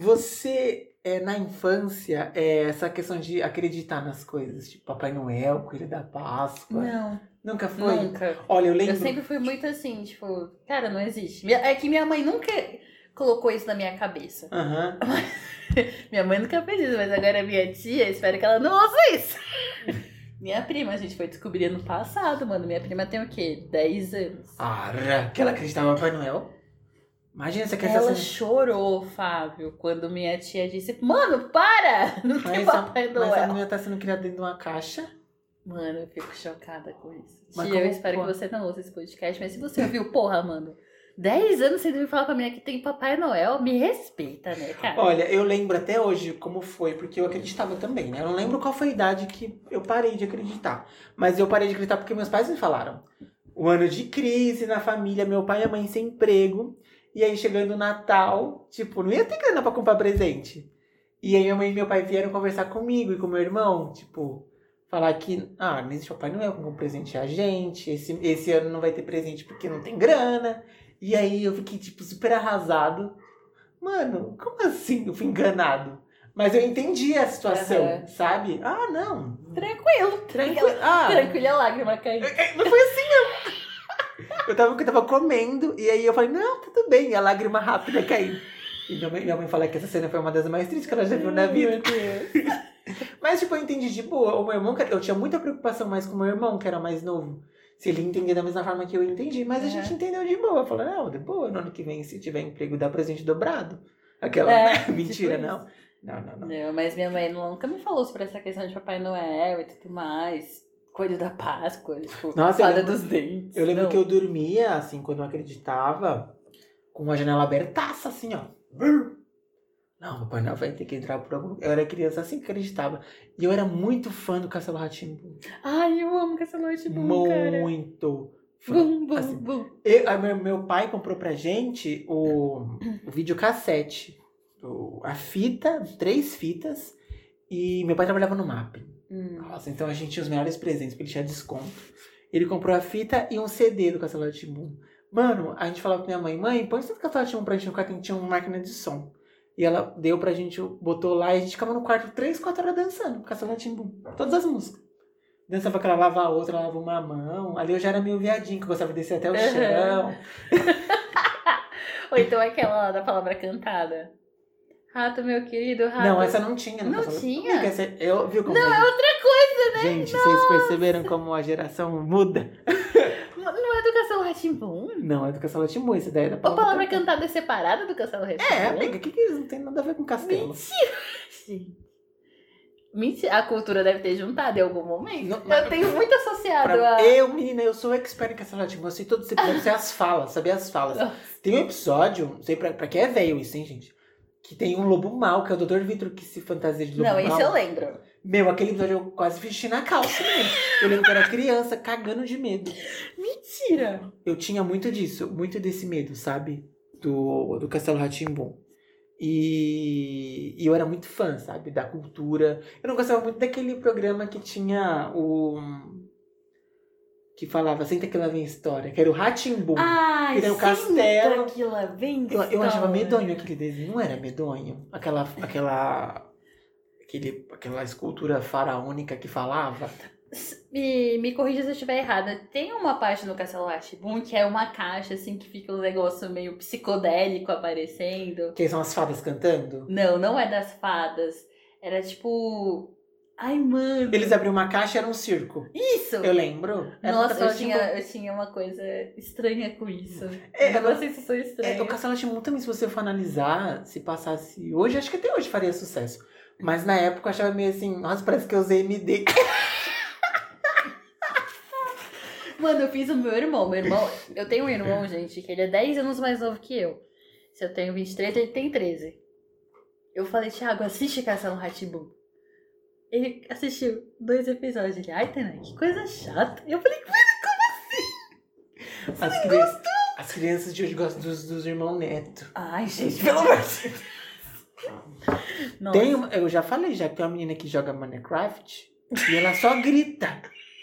Speaker 1: Você, é, na infância, é, essa questão de acreditar nas coisas, tipo Papai Noel, Coelho da Páscoa.
Speaker 2: Não,
Speaker 1: Nunca foi?
Speaker 2: nunca.
Speaker 1: Olha, eu lembro.
Speaker 2: Eu sempre fui muito assim, tipo, cara, não existe. Minha- É que minha mãe nunca colocou isso na minha cabeça.
Speaker 1: Aham.
Speaker 2: Minha mãe nunca fez isso, mas agora é minha tia, espero que ela não ouça isso. [LAUGHS] minha prima, a gente foi descobrir ano passado, mano. Minha prima tem o quê? 10 anos.
Speaker 1: Ah, Ara, que ela acreditava no Papai Noel. Imagina você quer
Speaker 2: Ela
Speaker 1: essa
Speaker 2: chorou, Fábio, quando minha tia disse: Mano, para! [LAUGHS] Não é. tem
Speaker 1: Mas,
Speaker 2: Papai
Speaker 1: a, mas a
Speaker 2: Noel.
Speaker 1: menina tá sendo criada dentro de uma caixa.
Speaker 2: Mano, eu fico chocada com isso.
Speaker 1: Mas
Speaker 2: tia, eu
Speaker 1: como-
Speaker 2: espero
Speaker 1: como-
Speaker 2: que você não ouça esse podcast, mas se você ouviu, porra, mano. 10 anos sem vir falar pra mim que tem Papai Noel, me respeita, né, cara?
Speaker 1: Olha, eu lembro até hoje como foi, porque eu acreditava também, né? Eu não lembro qual foi a idade que eu parei de acreditar. Mas eu parei de acreditar porque meus pais me falaram. Um ano de crise na família, meu pai e a mãe sem emprego. E aí chegando o Natal, tipo, não ia ter grana pra comprar presente. E aí minha mãe e meu pai vieram conversar comigo e com meu irmão, tipo, falar que, ah, não existe Papai Noel como presente a gente, esse, esse ano não vai ter presente porque não tem grana. E aí eu fiquei, tipo, super arrasado. Mano, como assim eu fui enganado? Mas eu entendi a situação,
Speaker 2: Aham.
Speaker 1: sabe? Ah, não.
Speaker 2: Tranquilo, tranquilo.
Speaker 1: Tranquilo. Ah,
Speaker 2: Tranquilo, a lágrima caiu.
Speaker 1: não foi assim, não. Eu tava, eu tava comendo, e aí eu falei, não, tá tudo bem. E a lágrima rápida caiu. E minha mãe, minha mãe fala que essa cena foi uma das mais tristes que ela já viu na vida.
Speaker 2: Meu Deus.
Speaker 1: Mas, tipo, eu entendi de boa. O meu irmão, cara, eu tinha muita preocupação mais com o meu irmão, que era mais novo. Se ele entender da mesma forma que eu entendi. Mas a
Speaker 2: É.
Speaker 1: gente entendeu de boa. Falou, não, de boa, no ano que vem, se tiver emprego, dá presente dobrado. Aquela,
Speaker 2: É,
Speaker 1: [LAUGHS] né? Mentira,
Speaker 2: tipo
Speaker 1: não. Não, não, não.
Speaker 2: Não, mas minha mãe nunca me falou sobre essa questão de Papai Noel e tudo mais. Coelho da Páscoa, tipo,
Speaker 1: Nossa, eu
Speaker 2: fada
Speaker 1: lembro-
Speaker 2: dos dentes.
Speaker 1: Eu lembro
Speaker 2: não.
Speaker 1: que eu dormia, assim, quando eu acreditava, com a janela abertaça, assim, ó. Brrr. Não, Papai Noel vai ter que entrar por algum lugar. Eu era criança assim que acreditava. E eu era muito fã do Castelo Ratimbu.
Speaker 2: Ai, eu amo Castelo de Bum, cara.
Speaker 1: Muito fã.
Speaker 2: Bum, bum,
Speaker 1: Assim,
Speaker 2: bum.
Speaker 1: Eu- a meu, meu pai comprou pra gente o, [CLEARS THROAT] o videocassete. o- a fita, três fitas. E meu pai trabalhava no MAP.
Speaker 2: Hum.
Speaker 1: Nossa, então a gente tinha os melhores presentes, porque ele tinha desconto. Ele comprou a fita e um CD do Castelo Rá-Tim-Bum. Mano, a gente falava pra minha mãe, mãe, põe esse do Castelo Rá-Tim-Bum pra gente no quarto, a gente tinha uma máquina de som. E ela deu pra gente, botou lá e a gente ficava no quarto 3, 4 horas dançando, Castelo Rá-Tim-Bum. Todas as músicas. Dançava que ela lava a outra, ela lava uma mão. Ali eu já era meio viadinho, que eu gostava de descer até o
Speaker 2: Aham.
Speaker 1: chão.
Speaker 2: Ou então aquela lá da palavra cantada. Rato, meu querido, rato.
Speaker 1: Não, essa não tinha. no
Speaker 2: Ah, Não
Speaker 1: Castelo Rá-Tim-Bum.
Speaker 2: tinha?
Speaker 1: Essa- Eu, viu como não, é outra coisa, né? Gente, vocês perceberam como a geração muda?
Speaker 2: Não é do Castelo Ratimbum?
Speaker 1: Não, é do Castelo Rá-Tim-Bum, essa daí é da
Speaker 2: A palavra
Speaker 1: Cantata.
Speaker 2: cantada é separada do Castelo Ratimbum?
Speaker 1: É, amiga, o que, que isso não tem nada a ver com castelo?
Speaker 2: Gente. Mentira, a cultura deve ter juntado em algum momento.
Speaker 1: Não,
Speaker 2: eu tenho muito associado
Speaker 1: Pra-
Speaker 2: a.
Speaker 1: Eu, menina, eu sou expert em castelo Rá-Tim-Bum, eu sei todos os episódios, eu sei as falas, saber as falas. Tem um episódio, não sei pra, pra que é velho isso, hein, gente? Que tem um lobo mau, que é o Dr. Vitor que se fantasia de lobo
Speaker 2: Não,
Speaker 1: mau.
Speaker 2: esse eu lembro.
Speaker 1: Meu, aquele episódio eu quase fiz xixi na calça mesmo. Eu lembro que eu era criança, cagando de medo.
Speaker 2: Mentira!
Speaker 1: eu tinha muito disso, muito desse medo, sabe? Do, do Castelo Ratimbum. E, e eu era muito fã, sabe? Da cultura. Eu não gostava muito daquele programa que tinha o. que falava Senta que lá vem história, que era o Ratimbum.
Speaker 2: Ai,
Speaker 1: Ele é um
Speaker 2: senta
Speaker 1: castelo.
Speaker 2: que lá vem
Speaker 1: eu, eu
Speaker 2: história.
Speaker 1: achava medonho aquele desenho, não era medonho? Aquela. aquela. Aquele, aquela escultura faraônica que falava.
Speaker 2: S- Me, me corrija se eu estiver errada. Tem uma parte no Castelo Boom que é uma caixa, assim, que fica um negócio meio psicodélico aparecendo.
Speaker 1: Que são as fadas cantando.
Speaker 2: Não, não é das fadas. Era tipo... Ai, mano.
Speaker 1: Eles abriam uma caixa e era um circo.
Speaker 2: Isso!
Speaker 1: Eu lembro. Era um
Speaker 2: Nossa,
Speaker 1: Castelo
Speaker 2: eu
Speaker 1: Rá-Tim-Bum.
Speaker 2: tinha, eu tinha uma coisa estranha com isso.
Speaker 1: É,
Speaker 2: uma
Speaker 1: agora-
Speaker 2: sensação estranha.
Speaker 1: É, o Castelo Timon também, se você for analisar, se passasse hoje, acho que até hoje faria sucesso. Mas na época eu achava meio assim, nossa, parece que eu usei MD.
Speaker 2: Mano, eu fiz o meu irmão. Meu
Speaker 1: [LAUGHS]
Speaker 2: irmão, eu tenho um irmão, gente, que ele é 10 anos mais novo que eu. Se eu tenho 23, ele tem 13. Eu falei, Thiago, assiste Caçando Ratibu. Ele assistiu dois episódios. Ele, ai, Tainá, que coisa chata. Eu falei,
Speaker 1: As, cri- as crianças de hoje gostam dos, dos irmãos neto.
Speaker 2: ai, gente, pelo amor de Deus. Nossa.
Speaker 1: Tem uma- eu já falei já que tem uma menina que joga Minecraft e ela só grita.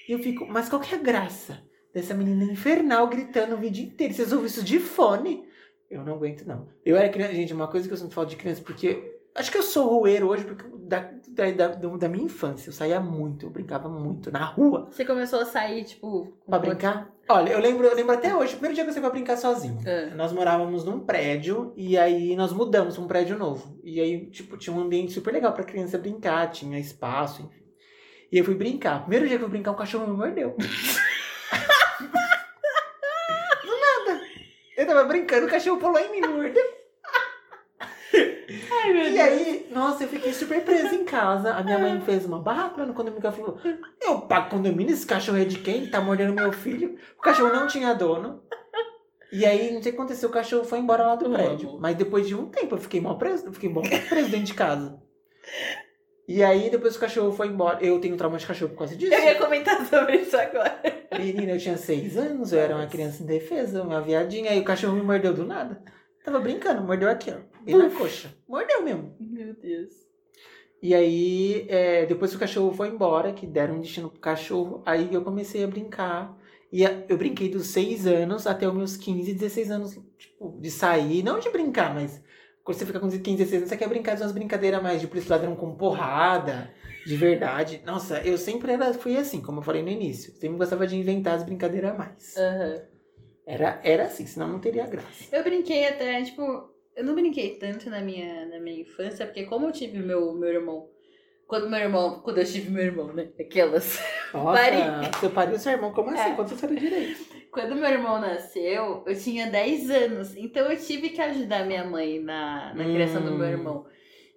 Speaker 1: E eu fico, mas qual que é a graça dessa menina infernal gritando o vídeo inteiro? Vocês ouvem isso de fone? Eu não aguento, não. Eu era criança, gente, uma coisa que eu sempre falo de criança, porque acho que eu sou roeiro hoje, porque da, da, da, do- da minha infância eu saía muito, eu brincava muito na rua
Speaker 2: Você começou a sair, tipo. com
Speaker 1: pra brincar. Olha, eu lembro, eu lembro até hoje, o primeiro dia que eu saí pra brincar sozinho.
Speaker 2: Ah.
Speaker 1: Nós morávamos num prédio e aí nós mudamos pra um prédio novo. E aí, tipo, tinha um ambiente super legal pra criança brincar, tinha espaço, enfim. E eu fui brincar. Primeiro dia que eu fui brincar, o cachorro me [LAUGHS] mordeu. Do nada. Eu tava brincando, o cachorro pulou em mim, me mordeu.
Speaker 2: Ai, meu
Speaker 1: E
Speaker 2: Deus.
Speaker 1: aí, nossa, eu fiquei super presa em casa. A minha
Speaker 2: [LAUGHS]
Speaker 1: mãe fez uma barraca lá no condomínio que ela falou: Eu pago condomínio, esse cachorro é de quem? Tá mordendo meu filho. O cachorro não tinha dono. E aí, não sei o que aconteceu, o cachorro foi embora lá do
Speaker 2: Eu
Speaker 1: prédio.
Speaker 2: amo.
Speaker 1: Mas depois de um tempo eu fiquei mal preso, eu fiquei mal preso dentro de casa. E aí, depois o cachorro foi embora. Eu tenho trauma de cachorro por causa
Speaker 2: [LAUGHS]
Speaker 1: disso.
Speaker 2: Eu ia comentar sobre isso agora.
Speaker 1: Menina, eu tinha seis anos, eu era uma criança indefesa, uma viadinha. Aí o cachorro me mordeu do nada. Tava brincando, mordeu aqui, ó. E na coxa. Mordeu mesmo.
Speaker 2: Meu Deus.
Speaker 1: E aí, é, depois que o cachorro foi embora, que deram um destino pro cachorro, aí eu comecei a brincar. E a- eu brinquei dos 6 anos até os meus 15, 16 anos, tipo, de sair, não de brincar, mas quando você fica com 15, 16 anos, você quer brincar de umas brincadeiras mais de polícia ladrão com porrada, de verdade. Nossa, eu sempre era, fui assim, como eu falei no início. Sempre gostava de inventar as brincadeiras a mais.
Speaker 2: Aham.
Speaker 1: Era, era assim, senão não teria graça.
Speaker 2: Eu brinquei até, tipo. Eu não brinquei tanto na minha, na minha infância, porque como eu tive meu, meu irmão. Quando meu irmão. Quando eu tive meu irmão, né? Aquelas. [LAUGHS]
Speaker 1: Nossa,
Speaker 2: Pare-
Speaker 1: você pariu seu irmão, como assim?
Speaker 2: É.
Speaker 1: Quando você saiu direito?
Speaker 2: Quando meu irmão nasceu, eu tinha 10 anos. Então eu tive que ajudar minha mãe na, na criação do
Speaker 1: Hum.
Speaker 2: meu irmão.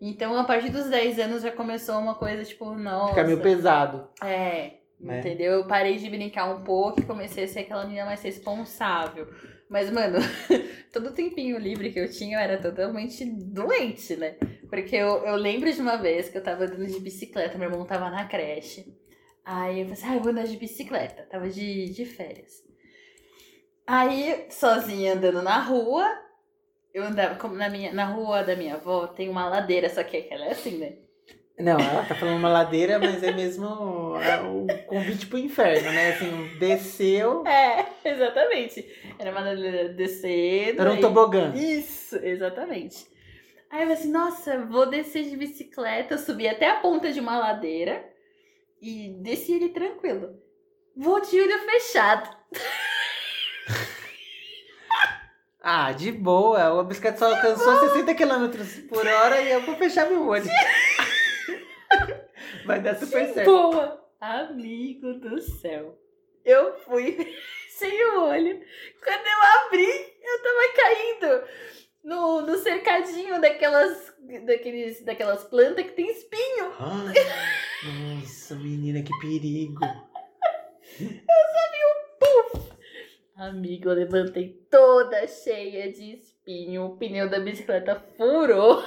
Speaker 2: Então, a partir dos 10 anos já começou uma coisa, tipo, nossa.
Speaker 1: Fica meio pesado.
Speaker 2: É,
Speaker 1: Né?
Speaker 2: entendeu? Eu parei de brincar um pouco e comecei a ser aquela menina mais responsável. Mas, mano, [LAUGHS] todo tempinho livre que eu tinha eu era totalmente doente, né? Porque eu, eu lembro de uma vez que eu tava andando de bicicleta, meu irmão tava na creche. Aí eu falei assim, ah, eu vou andar de bicicleta. Tava de, de férias. Aí, sozinha andando na rua, eu andava como na, minha, na rua da minha avó, tem uma ladeira, só que ela é assim, né?
Speaker 1: Não, ela tá falando uma ladeira, mas é mesmo é o convite pro inferno, né? Assim, desceu.
Speaker 2: É, [LAUGHS] exatamente. Era uma ladeira descendo.
Speaker 1: Era um
Speaker 2: aí-
Speaker 1: tobogã.
Speaker 2: Isso, exatamente. Aí eu falei assim, nossa, vou descer de bicicleta, subir até a ponta de uma ladeira e desci ele tranquilo. Vou de olho fechado.
Speaker 1: Ah, de boa. A bicicleta só alcançou 60 km por hora e eu vou fechar meu olho. [LAUGHS] Vai dar super certo.
Speaker 2: Boa! Amigo do céu. Eu fui [LAUGHS] sem o olho. Quando eu abri, eu tava caindo no, no cercadinho daquelas, daqueles, daquelas plantas que tem espinho.
Speaker 1: Ah, Nossa, menina, que perigo.
Speaker 2: Amigo, eu levantei toda cheia de espinho. O pneu da bicicleta furou.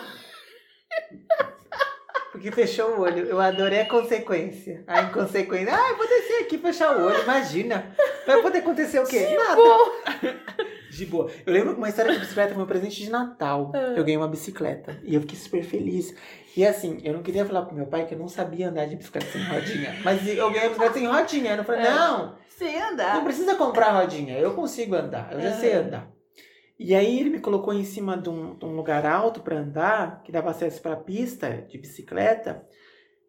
Speaker 1: Porque fechou o olho. Eu adorei a consequência. A inconsequência. Ah, eu vou descer aqui e fechar o olho. Imagina. Vai poder acontecer o quê? Nada.
Speaker 2: Pô,
Speaker 1: De boa. Eu lembro que uma história de bicicleta foi meu presente de Natal.
Speaker 2: Ah.
Speaker 1: Eu ganhei uma bicicleta. E eu fiquei super feliz. E assim, eu não queria falar pro meu pai que eu não sabia andar de bicicleta sem rodinha. Mas eu ganhei a bicicleta sem rodinha. Eu não falei,
Speaker 2: É.
Speaker 1: não,
Speaker 2: sem
Speaker 1: não
Speaker 2: andar.
Speaker 1: precisa comprar rodinha. Eu consigo andar. Eu já
Speaker 2: É.
Speaker 1: sei andar. E aí ele me colocou em cima de um, de um lugar alto pra andar, que dava acesso pra pista de bicicleta,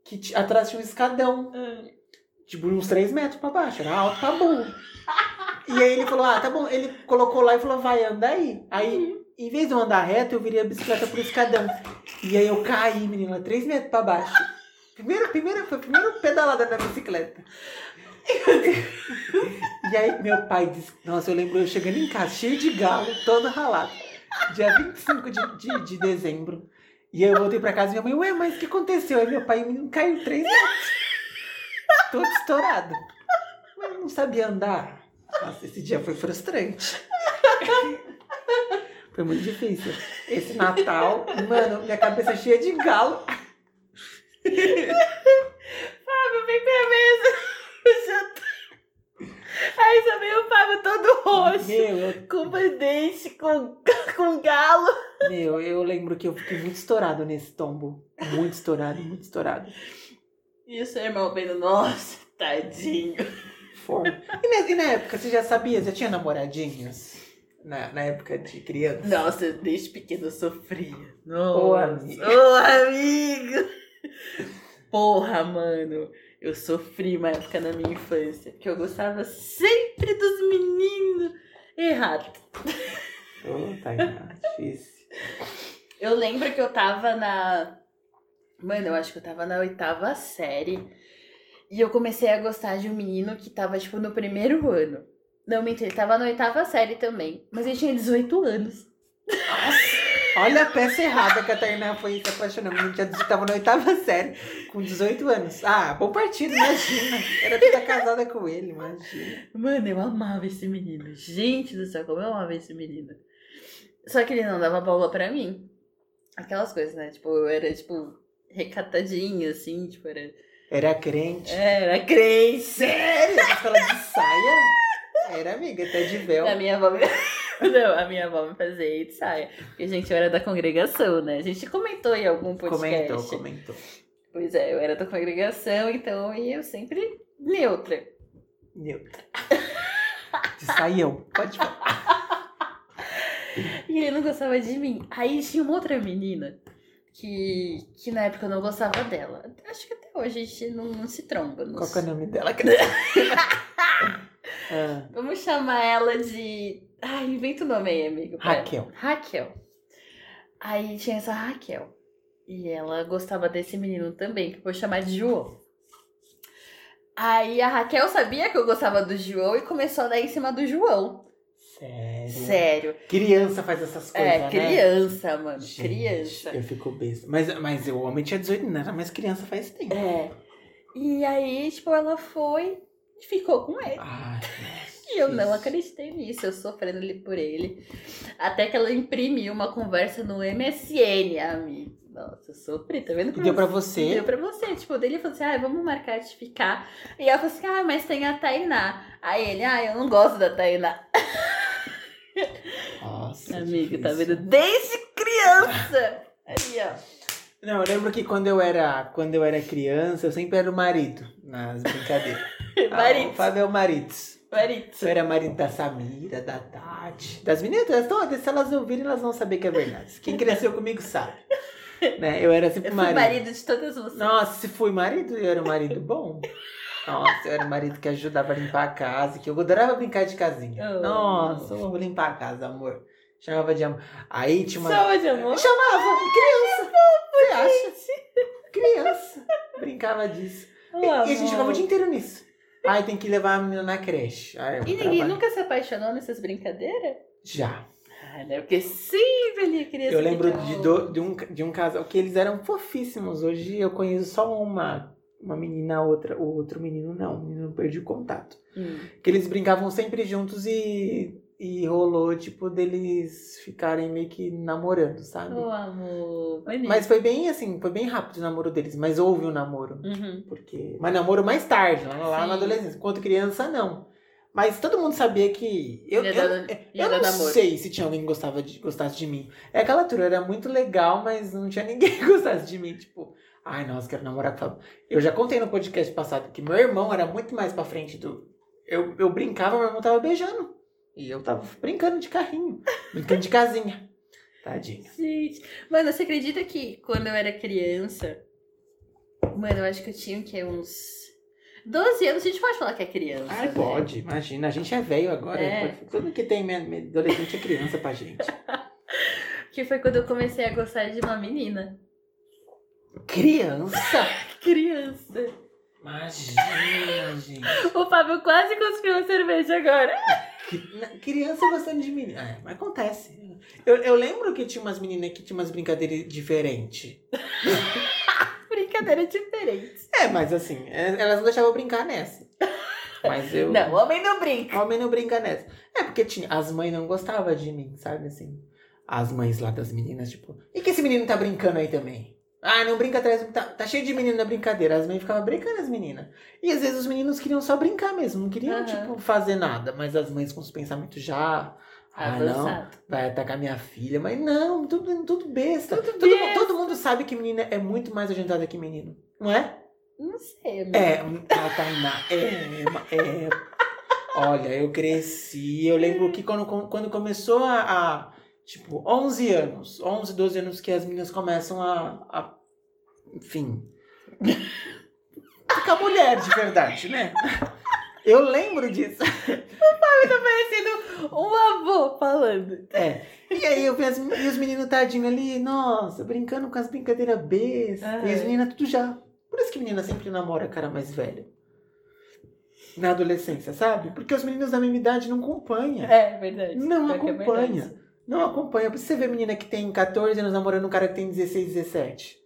Speaker 1: que ti- atrás tinha um escadão tipo, uns 3 metros pra baixo, era alto pra burro. E aí ele falou, ah, tá bom. Ele colocou lá e falou, vai, anda aí. Aí, em vez de eu andar reto, eu virei a bicicleta pro escadão. E aí eu caí, menina, 3 metros pra baixo. Primeiro, primeiro, foi a primeira pedalada na bicicleta. E aí meu pai disse, nossa, eu lembro eu chegando em casa, cheio de galo, todo ralado. Dia 25 de, de, de dezembro. E aí eu voltei pra casa e minha mãe, ué, mas o que aconteceu? Aí meu pai, o menino caiu 3 metros. Todo estourado. Mas não sabia andar. Nossa, esse dia foi frustrante. Foi muito difícil. Esse Natal, mano, minha cabeça é cheia de galo.
Speaker 2: Fábio, vem pra mesa. Eu já tô- Aí só veio o Fábio todo roxo.
Speaker 1: Meu, eu-
Speaker 2: Com bandeixe, com, [LAUGHS] com galo.
Speaker 1: meu, eu lembro que eu fiquei muito estourado nesse tombo. Muito estourado, muito estourado.
Speaker 2: E o seu irmão vendo, nossa, tadinho.
Speaker 1: Fome. E na, e na época, você já sabia? Você tinha namoradinhos? Na, na época de criança?
Speaker 2: Nossa, desde pequeno eu sofria. Nossa.
Speaker 1: Ô, amigo.
Speaker 2: Ô, amigo! Porra, mano. Eu sofri uma época na minha infância. Porque eu gostava sempre dos meninos. Errado.
Speaker 1: Ô, Tainá, difícil.
Speaker 2: Eu lembro que eu tava na. Mano, eu acho que eu tava na oitava série. E eu comecei a gostar de um menino que tava, tipo, no primeiro ano. Não, mentira, ele tava na oitava série também. Mas ele tinha 18 anos.
Speaker 1: Olha a peça errada que a Tainá foi se apaixonando. A gente já tava na oitava série, com 18 anos. Ah, bom partido, imagina. Era pra estar casada com ele, imagina.
Speaker 2: Mano, eu amava esse menino. Gente do céu, como eu amava esse menino. Só que ele não dava bola pra mim. Aquelas coisas, né? Tipo, eu era, tipo, recatadinha, assim, tipo, era.
Speaker 1: Era crente.
Speaker 2: Era crente!
Speaker 1: Sério? Na escola de saia? Era amiga, até de véu.
Speaker 2: A minha avó me... [LAUGHS] Não, a minha avó me fazia ir de saia. Porque, gente, eu era da congregação, né? A gente comentou em algum podcast.
Speaker 1: Comentou, comentou.
Speaker 2: Pois é, eu era da congregação, então e eu sempre neutra.
Speaker 1: Neutra. [LAUGHS] De saião. Pode falar.
Speaker 2: E ele não gostava de mim. Aí tinha uma outra menina que, que na época eu não gostava dela. Acho que até hoje a gente não, não se tromba. não
Speaker 1: Qual que é o nome dela? [LAUGHS]
Speaker 2: [LAUGHS]
Speaker 1: Ah,
Speaker 2: Vamos chamar ela de. Ai, inventa o nome aí, amigo. pra-
Speaker 1: Raquel.
Speaker 2: Raquel. Aí tinha essa Raquel. E ela gostava desse menino também, que eu vou chamar de João. Aí a Raquel sabia que eu gostava do João e começou a dar em cima do João.
Speaker 1: Sério.
Speaker 2: Sério.
Speaker 1: Criança faz essas coisas,
Speaker 2: é,
Speaker 1: Uhum. né?
Speaker 2: criança, mano.
Speaker 1: Gente,
Speaker 2: criança.
Speaker 1: Eu fico besta. Mas, mas o homem tinha 18 anos, mas criança faz tempo.
Speaker 2: É. E aí, tipo, ela foi e ficou com ele.
Speaker 1: Ai,
Speaker 2: E eu não acreditei nisso, eu sofrendo ali por ele. Até que ela imprimiu uma conversa no MSN, amigo. Nossa, eu sofri, tá vendo?
Speaker 1: E
Speaker 2: como
Speaker 1: deu
Speaker 2: eu
Speaker 1: pra você.
Speaker 2: Deu pra você, tipo, dele falou assim, ah, vamos marcar de ficar. E ela falou assim, ah, mas tem a Tainá. Aí ele, ah, eu não gosto da Tainá.
Speaker 1: Nossa,
Speaker 2: Amigo, tá
Speaker 1: difícil.
Speaker 2: vendo? Desde criança! Aí, ó.
Speaker 1: Não, eu lembro que quando eu era, quando eu era criança, eu sempre era o marido nas
Speaker 2: [LAUGHS]
Speaker 1: brincadeiras. Ah, o
Speaker 2: Marido,
Speaker 1: Fábio é o marido.
Speaker 2: marido.
Speaker 1: Eu era marido da Samira, da Tati, das meninas todas. Se elas ouvirem, elas vão saber que é verdade. Quem cresceu comigo
Speaker 2: [LAUGHS]
Speaker 1: sabe. Né? Eu era sempre
Speaker 2: Eu
Speaker 1: o
Speaker 2: fui
Speaker 1: marido.
Speaker 2: marido de todas vocês.
Speaker 1: Nossa, se fui marido, eu era um marido bom. Nossa, eu era um marido que ajudava a limpar a casa, que eu adorava brincar de casinha.
Speaker 2: Oh.
Speaker 1: Nossa, eu vou limpar a casa, amor. Chamava de amor. Aí tinha uma.
Speaker 2: Saúde, amor.
Speaker 1: Chamava, criança. Você acha? Criança. Brincava disso. E, e a gente ficava o dia inteiro nisso. Ai, tem que levar a menina na creche. Ai, eu
Speaker 2: E ninguém
Speaker 1: trabalho.
Speaker 2: nunca se apaixonou nessas brincadeiras?
Speaker 1: Já.
Speaker 2: Ah, né? Porque sempre ali a criança.
Speaker 1: Eu lembro
Speaker 2: fica-
Speaker 1: de, do- de um, de um casal que eles eram fofíssimos. Hoje eu conheço só uma, uma menina, outra, o outro menino não, o menino eu perdi o contato.
Speaker 2: Hum.
Speaker 1: Que eles brincavam sempre juntos e, e rolou, tipo, deles ficarem meio que namorando, sabe?
Speaker 2: Oh, amor. Bonito.
Speaker 1: Mas foi bem assim, foi bem rápido o namoro deles, mas houve um namoro.
Speaker 2: Uhum.
Speaker 1: Porque. Mas namoro mais tarde, lá, lá
Speaker 2: Sim.
Speaker 1: na adolescência. Enquanto criança, não. Mas todo mundo sabia que. Eu,
Speaker 2: Ia
Speaker 1: eu,
Speaker 2: dar- ia
Speaker 1: eu
Speaker 2: dar
Speaker 1: não
Speaker 2: namoro.
Speaker 1: sei se tinha alguém que gostava de, gostasse de mim. É aquela turma, era muito legal, mas não tinha ninguém [LAUGHS] que gostasse de mim. Tipo, ai, nossa, quero namorar com o Fábio. Eu já contei no podcast passado que meu irmão era muito mais pra frente do. Eu, eu brincava, meu irmão tava beijando. E eu tava brincando de carrinho, brincando de casinha. Tadinho.
Speaker 2: Gente, mano, você acredita que quando eu era criança, mano, eu acho que eu tinha o quê? Uns 12 anos, a gente pode falar que é criança.
Speaker 1: Ai,
Speaker 2: né?
Speaker 1: pode, imagina. A gente é velho agora.
Speaker 2: É.
Speaker 1: pode- Tudo que tem men- men- adolescente é criança pra gente.
Speaker 2: Que foi quando eu comecei a gostar de uma menina.
Speaker 1: Criança?
Speaker 2: Criança.
Speaker 1: Imagina, gente.
Speaker 2: O Fábio quase cuspiu a cerveja agora. [LAUGHS]
Speaker 1: Que- na- Criança gostando de menina. Ah, mas acontece. Eu, eu lembro que tinha umas meninas que tinham umas brincadeiras diferentes.
Speaker 2: Brincadeira diferente.
Speaker 1: É, mas assim, é- elas não deixavam eu brincar nessa. Mas eu.
Speaker 2: Não, homem não brinca.
Speaker 1: Homem não brinca nessa. É porque tinha, as mães não gostavam de mim, sabe assim? As mães lá das meninas, tipo, e que esse menino tá brincando aí também? Ah, não brinca atrás, tá, tá cheio de menino na brincadeira. As mães ficavam brincando as meninas. E às vezes os meninos queriam só brincar mesmo, não queriam,
Speaker 2: Aham.
Speaker 1: tipo, fazer nada. Mas as mães com os pensamentos já Ah, não,
Speaker 2: Avançado.
Speaker 1: vai atacar minha filha. Mas não, tudo, tudo besta.
Speaker 2: Tudo
Speaker 1: Todo, mu-
Speaker 2: besta.
Speaker 1: todo mundo sabe que menina é muito mais agendada que menino. Não é?
Speaker 2: Não, sei, amigo.
Speaker 1: É, a Tainá. É, ma- é. Olha, eu cresci. Eu lembro que quando, quando começou a, a, Tipo, 11 anos. 11, 12 anos que as meninas começam a. a enfim.
Speaker 2: [LAUGHS]
Speaker 1: Ficar mulher de verdade, né? Eu lembro disso.
Speaker 2: Parecendo um avô falando.
Speaker 1: É. E aí eu vi as, e os meninos tadinhos ali, nossa, brincando com as brincadeiras bestas.
Speaker 2: Aham.
Speaker 1: E as meninas tudo já. Por isso que menina sempre namora cara mais velho. Na adolescência, sabe? Porque os meninos da mesma idade não acompanham.
Speaker 2: É verdade.
Speaker 1: Não
Speaker 2: Pior que é
Speaker 1: acompanha.
Speaker 2: verdade.
Speaker 1: Não acompanha. Por isso você vê menina que tem 14 anos namorando um cara que tem 16, 17.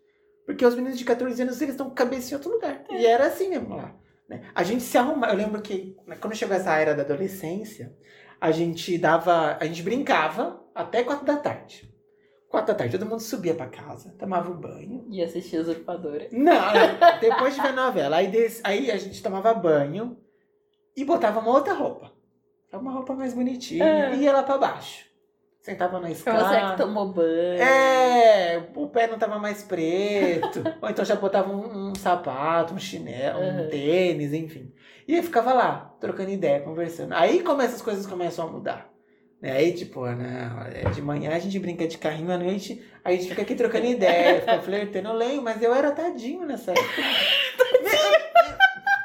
Speaker 1: Porque os meninos de 14 anos, eles estão com a cabeça em outro lugar. E era assim mesmo lá. né? A gente se arrumava. Eu lembro que né, quando chegou essa era da adolescência, a gente dava. A gente brincava até 4 da tarde. 4 da tarde, todo mundo subia pra casa, tomava um banho.
Speaker 2: E assistir a usurpadora.
Speaker 1: Não, depois de ver a novela. Aí, des- aí a gente tomava banho e botava uma outra roupa. Uma roupa mais bonitinha.
Speaker 2: É.
Speaker 1: E ia lá pra baixo. Sentava na
Speaker 2: Pra
Speaker 1: escada.
Speaker 2: você que tomou banho.
Speaker 1: Ah. É, o pé não tava mais preto. Ou então já botava um, um sapato, um chinelo,
Speaker 2: Uhum.
Speaker 1: um tênis, enfim. E aí ficava lá, trocando ideia, conversando. Aí começa, as coisas começam a mudar. né? Aí, tipo, ah, não, é, de manhã a gente brinca de carrinho, à noite a gente fica aqui trocando ideia, fica flertando. Eu lembro, mas eu era tadinho nessa época.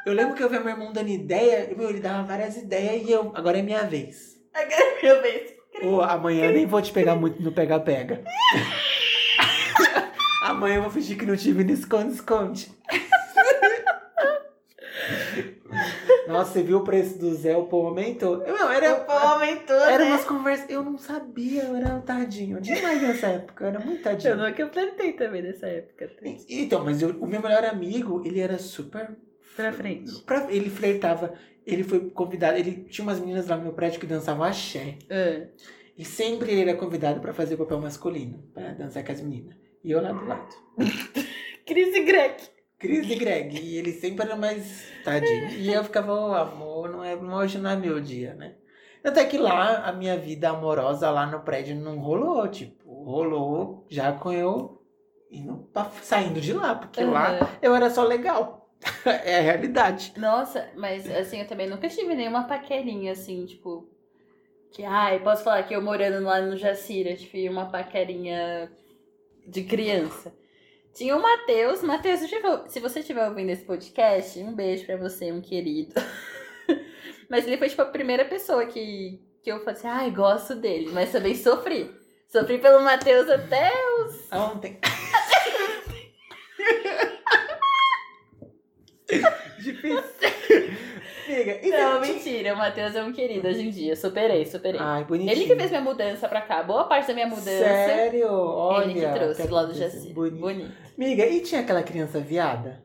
Speaker 1: Eu lembro que eu via meu irmão dando ideia, meu, ele dava várias ideias e eu, agora é minha vez.
Speaker 2: [LAUGHS] Agora é minha vez.
Speaker 1: Ô, amanhã eu nem vou te pegar muito no [LAUGHS] pega-pega. amanhã eu vou fingir que não tive no esconde-esconde. [LAUGHS] Nossa, você viu o preço do Zé? O pão aumentou. Eu, não,
Speaker 2: Meu pau
Speaker 1: era,
Speaker 2: aumentou,
Speaker 1: era
Speaker 2: né?
Speaker 1: umas conversas. Eu não sabia, eu era um tadinho. Demais nessa época, eu era muito
Speaker 2: Eu
Speaker 1: tadinho.
Speaker 2: nunca plantei também nessa época.
Speaker 1: E- Então, mas eu- o meu melhor amigo, ele era super.
Speaker 2: Pra frente.
Speaker 1: pra- ele flertava. Ele foi convidado. Ele tinha umas meninas lá no meu prédio que dançavam axé.
Speaker 2: Ah,
Speaker 1: E sempre ele era convidado pra fazer papel masculino, pra dançar com as meninas. E eu lá do lado.
Speaker 2: Cris e Greg.
Speaker 1: Cris e Greg. E ele sempre era mais tadinho. E eu ficava, ô amor, não é, não hoje não é meu dia, né? Até que lá, a minha vida amorosa lá no prédio não rolou. Tipo, rolou já com eu indo pra- saindo de lá. Porque lá
Speaker 2: Aham.
Speaker 1: eu era só legal. [LAUGHS] é a realidade.
Speaker 2: Nossa, mas assim, eu também nunca tive nenhuma paquerinha assim, tipo. Que, ai, posso falar que eu morando lá no Jacira, tive uma paquerinha de criança. Tinha o Matheus. Matheus, se tiver- se você estiver ouvindo esse podcast, um beijo pra você, um querido. [LAUGHS] mas ele foi, tipo, a primeira pessoa que, que eu falei assim, ai, gosto dele. Mas também sofri. Sofri pelo Matheus até
Speaker 1: Ontem. [LAUGHS] Difícil. Fica.
Speaker 2: Não,
Speaker 1: Então,
Speaker 2: mentira, o Matheus é um querido hoje em dia. Superei, superei.
Speaker 1: Ai, bonitinho.
Speaker 2: ele que fez minha mudança pra cá. Boa parte da minha mudança.
Speaker 1: Sério? Olha.
Speaker 2: ele que trouxe
Speaker 1: tá
Speaker 2: lá do
Speaker 1: acontecendo.
Speaker 2: Jaci. Bonito.
Speaker 1: Bonito. Amiga, e tinha aquela criança viada?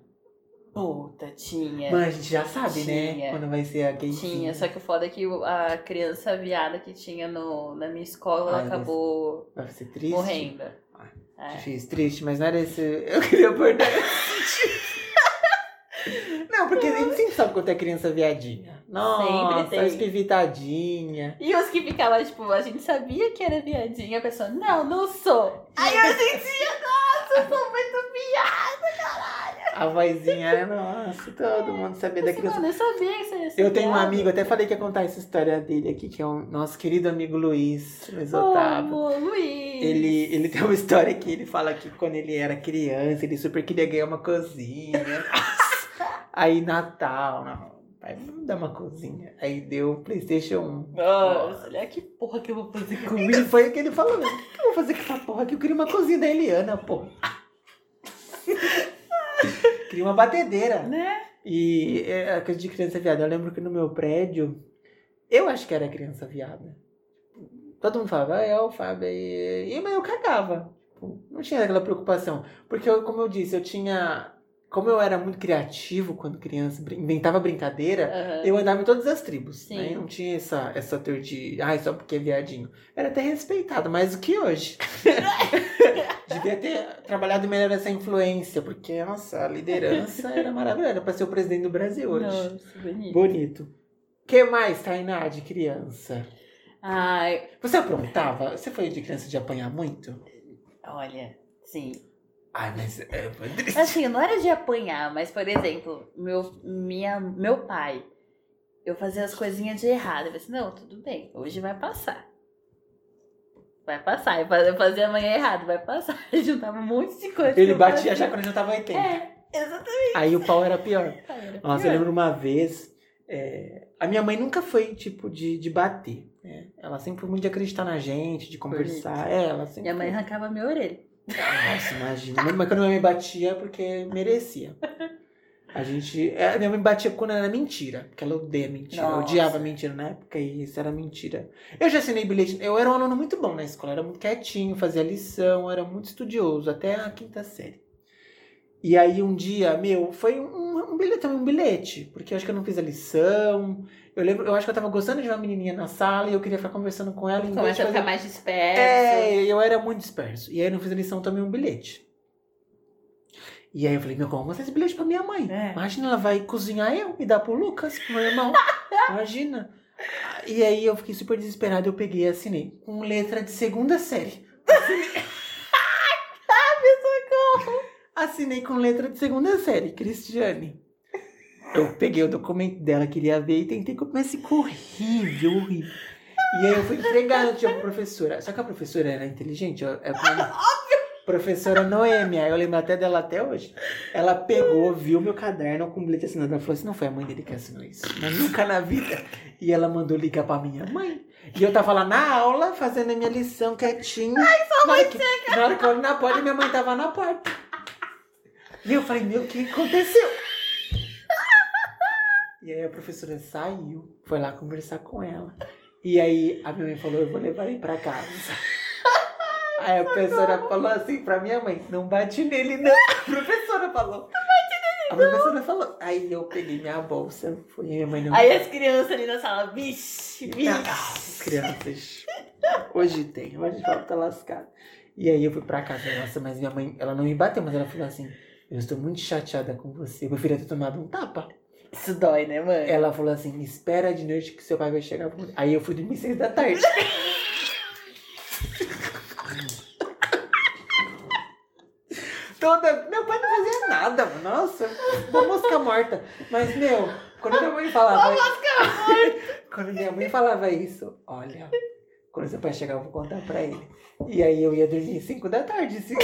Speaker 2: Puta, tinha.
Speaker 1: Mas a gente já sabe,
Speaker 2: É. Tinha.
Speaker 1: né? Quando vai ser a gay.
Speaker 2: Tinha, só que o foda é que o- a criança viada que tinha no, na minha escola ela
Speaker 1: Ai, mas-
Speaker 2: acabou
Speaker 1: Vai ser triste.
Speaker 2: morrendo.
Speaker 1: Ah,
Speaker 2: É.
Speaker 1: Difícil, triste, mas não era esse. [LAUGHS] Eu queria abordar esse sentido. [LAUGHS] Não, porque a gente sempre sabe quanto é criança viadinha. Nossa,
Speaker 2: tem.
Speaker 1: as pivitadinha.
Speaker 2: E os que ficavam, tipo, a gente sabia que era viadinha, a pessoa, não, não sou. Aí eu sentia, nossa, eu sou muito viada.
Speaker 1: A vozinha, nossa, todo mundo sabia da
Speaker 2: Mas,
Speaker 1: é criança.
Speaker 2: Mano, eu sabia que você ia ser
Speaker 1: Eu tenho um
Speaker 2: viada.
Speaker 1: amigo, até falei que ia contar essa história dele aqui, que é o nosso querido amigo Luiz, Luiz
Speaker 2: Ô,
Speaker 1: Otávio.
Speaker 2: amor, Luiz.
Speaker 1: Ele, ele tem uma história que ele fala que quando ele era criança, ele super queria ganhar uma
Speaker 2: [LAUGHS]
Speaker 1: cozinha. Aí Natal, não, vai dar uma cozinha. Aí deu o Playstation 1.
Speaker 2: Nossa, olha que porra que eu vou fazer
Speaker 1: [LAUGHS]
Speaker 2: com
Speaker 1: Então, foi o que ele falou, né? O que eu vou fazer com essa porra aqui? Eu queria uma cozinha da Eliana, pô. [LAUGHS] queria uma batedeira.
Speaker 2: Né?
Speaker 1: E é, a coisa de criança viada. Eu lembro que no meu prédio, eu acho que era criança viada. Todo mundo falava, ah, é o Fábio. E, e- mas eu cagava. Tipo, Não tinha aquela preocupação. Porque, eu, como eu disse, eu tinha. Como eu era muito criativo quando criança, brin- inventava brincadeira,
Speaker 2: Aham.
Speaker 1: eu andava em todas as tribos.
Speaker 2: Sim.
Speaker 1: Né? Não tinha essa, essa teoria de, ai, só porque é viadinho. Era até respeitado, mais do que hoje. [LAUGHS] Devia ter trabalhado melhor essa influência, porque, nossa, a liderança era maravilhosa. Era pra ser o presidente do Brasil hoje.
Speaker 2: Nossa, bonito.
Speaker 1: Bonito. que mais, Tainá, de criança?
Speaker 2: Ai,
Speaker 1: Você aprontava? Você foi de criança de apanhar muito?
Speaker 2: olha, sim.
Speaker 1: Ai, mas é uma delícia.
Speaker 2: Assim, não era de apanhar, mas, por exemplo, meu, minha, meu pai, eu fazia as coisinhas de errado. Eu pensei, não, tudo bem, hoje vai passar. Vai passar. Eu fa- eu fazia amanhã errado, vai passar. [LAUGHS] Ele juntava um monte de coisa. que
Speaker 1: Ele
Speaker 2: eu
Speaker 1: batia
Speaker 2: fazia.
Speaker 1: já quando já tava 80.
Speaker 2: É, exatamente.
Speaker 1: Aí o pau era pior.
Speaker 2: Era
Speaker 1: Nossa, é eu
Speaker 2: pior.
Speaker 1: lembro uma vez. é, a minha mãe nunca foi tipo de, de bater. né? Ela sempre foi muito de acreditar na gente, de conversar. É, ela sempre.
Speaker 2: Minha mãe arrancava minha orelha.
Speaker 1: Nossa, imagina. Minha mãe, quando minha mãe batia, é porque merecia. A gente. é, Minha mãe batia quando era mentira, porque ela odeia mentira. Eu
Speaker 2: Nossa.
Speaker 1: odiava mentira na época e isso era mentira. Eu já assinei bilhete. Eu era um aluno muito bom na escola, era muito quietinho, fazia lição, era muito estudioso, até a quinta série. E aí um dia, meu, foi um, um bilhete, um bilhete, porque eu acho que eu não fiz a lição. Eu lembro, eu acho que eu tava gostando de uma menininha na sala e eu queria ficar conversando com ela em vez de
Speaker 2: Começa a
Speaker 1: fazer
Speaker 2: ficar mais disperso.
Speaker 1: é, eu era muito disperso. E aí eu não fiz a lição, tomei um bilhete. E aí eu falei, meu, como eu vou fazer esse bilhete pra minha mãe?
Speaker 2: É.
Speaker 1: Imagina, ela vai cozinhar eu e dar pro Lucas, pro meu irmão. Imagina. E aí eu fiquei super desesperado, eu peguei e assinei. Com letra de segunda série. Assinei com letra de segunda série, Cristiane. Eu peguei o documento dela, queria ver e tentei, mas ficou horrível, horrível. E aí eu fui entregar no dia pra professora. Só que a professora era inteligente. ó, É Óbvio! Professora Noêmia, eu lembro até dela até hoje. Ela pegou, viu meu caderno com o bilhete assinado. Ela falou assim: não foi a mãe dele que assinou isso, mas nunca na vida. E ela mandou ligar pra minha mãe. E eu tava lá na aula, fazendo a minha lição quietinho. Ai, sua mãe que, Na hora que eu olhei na porta, minha mãe tava na porta. E eu falei: meu, o que aconteceu? E aí a professora saiu, foi lá conversar com ela. E aí a minha mãe falou, eu vou levar ele pra casa. Aí a professora falou assim pra minha mãe, não bate nele não. A professora falou. Não bate nele não. A professora falou. Aí eu peguei minha bolsa, fui minha mãe não.
Speaker 2: Aí as crianças ali na sala, vixe, vixe.
Speaker 1: Ah, as crianças. Hoje tem, hoje falta lascado. E aí eu fui pra casa, nossa, mas minha mãe, ela não me bateu, mas ela falou assim, eu estou muito chateada com você, eu preferia ter tomado um tapa.
Speaker 2: Isso dói, né, mano?
Speaker 1: Ela falou assim: espera de noite que seu pai vai chegar. pro- Aí eu fui dormir seis da tarde. Toda. Meu pai não fazia nada, mano. nossa, uma mosca morta. Mas, meu, quando minha mãe falava. quando minha mãe falava isso, olha, quando seu pai chegar, eu vou contar pra ele. E aí eu ia dormir cinco da tarde. Cinco...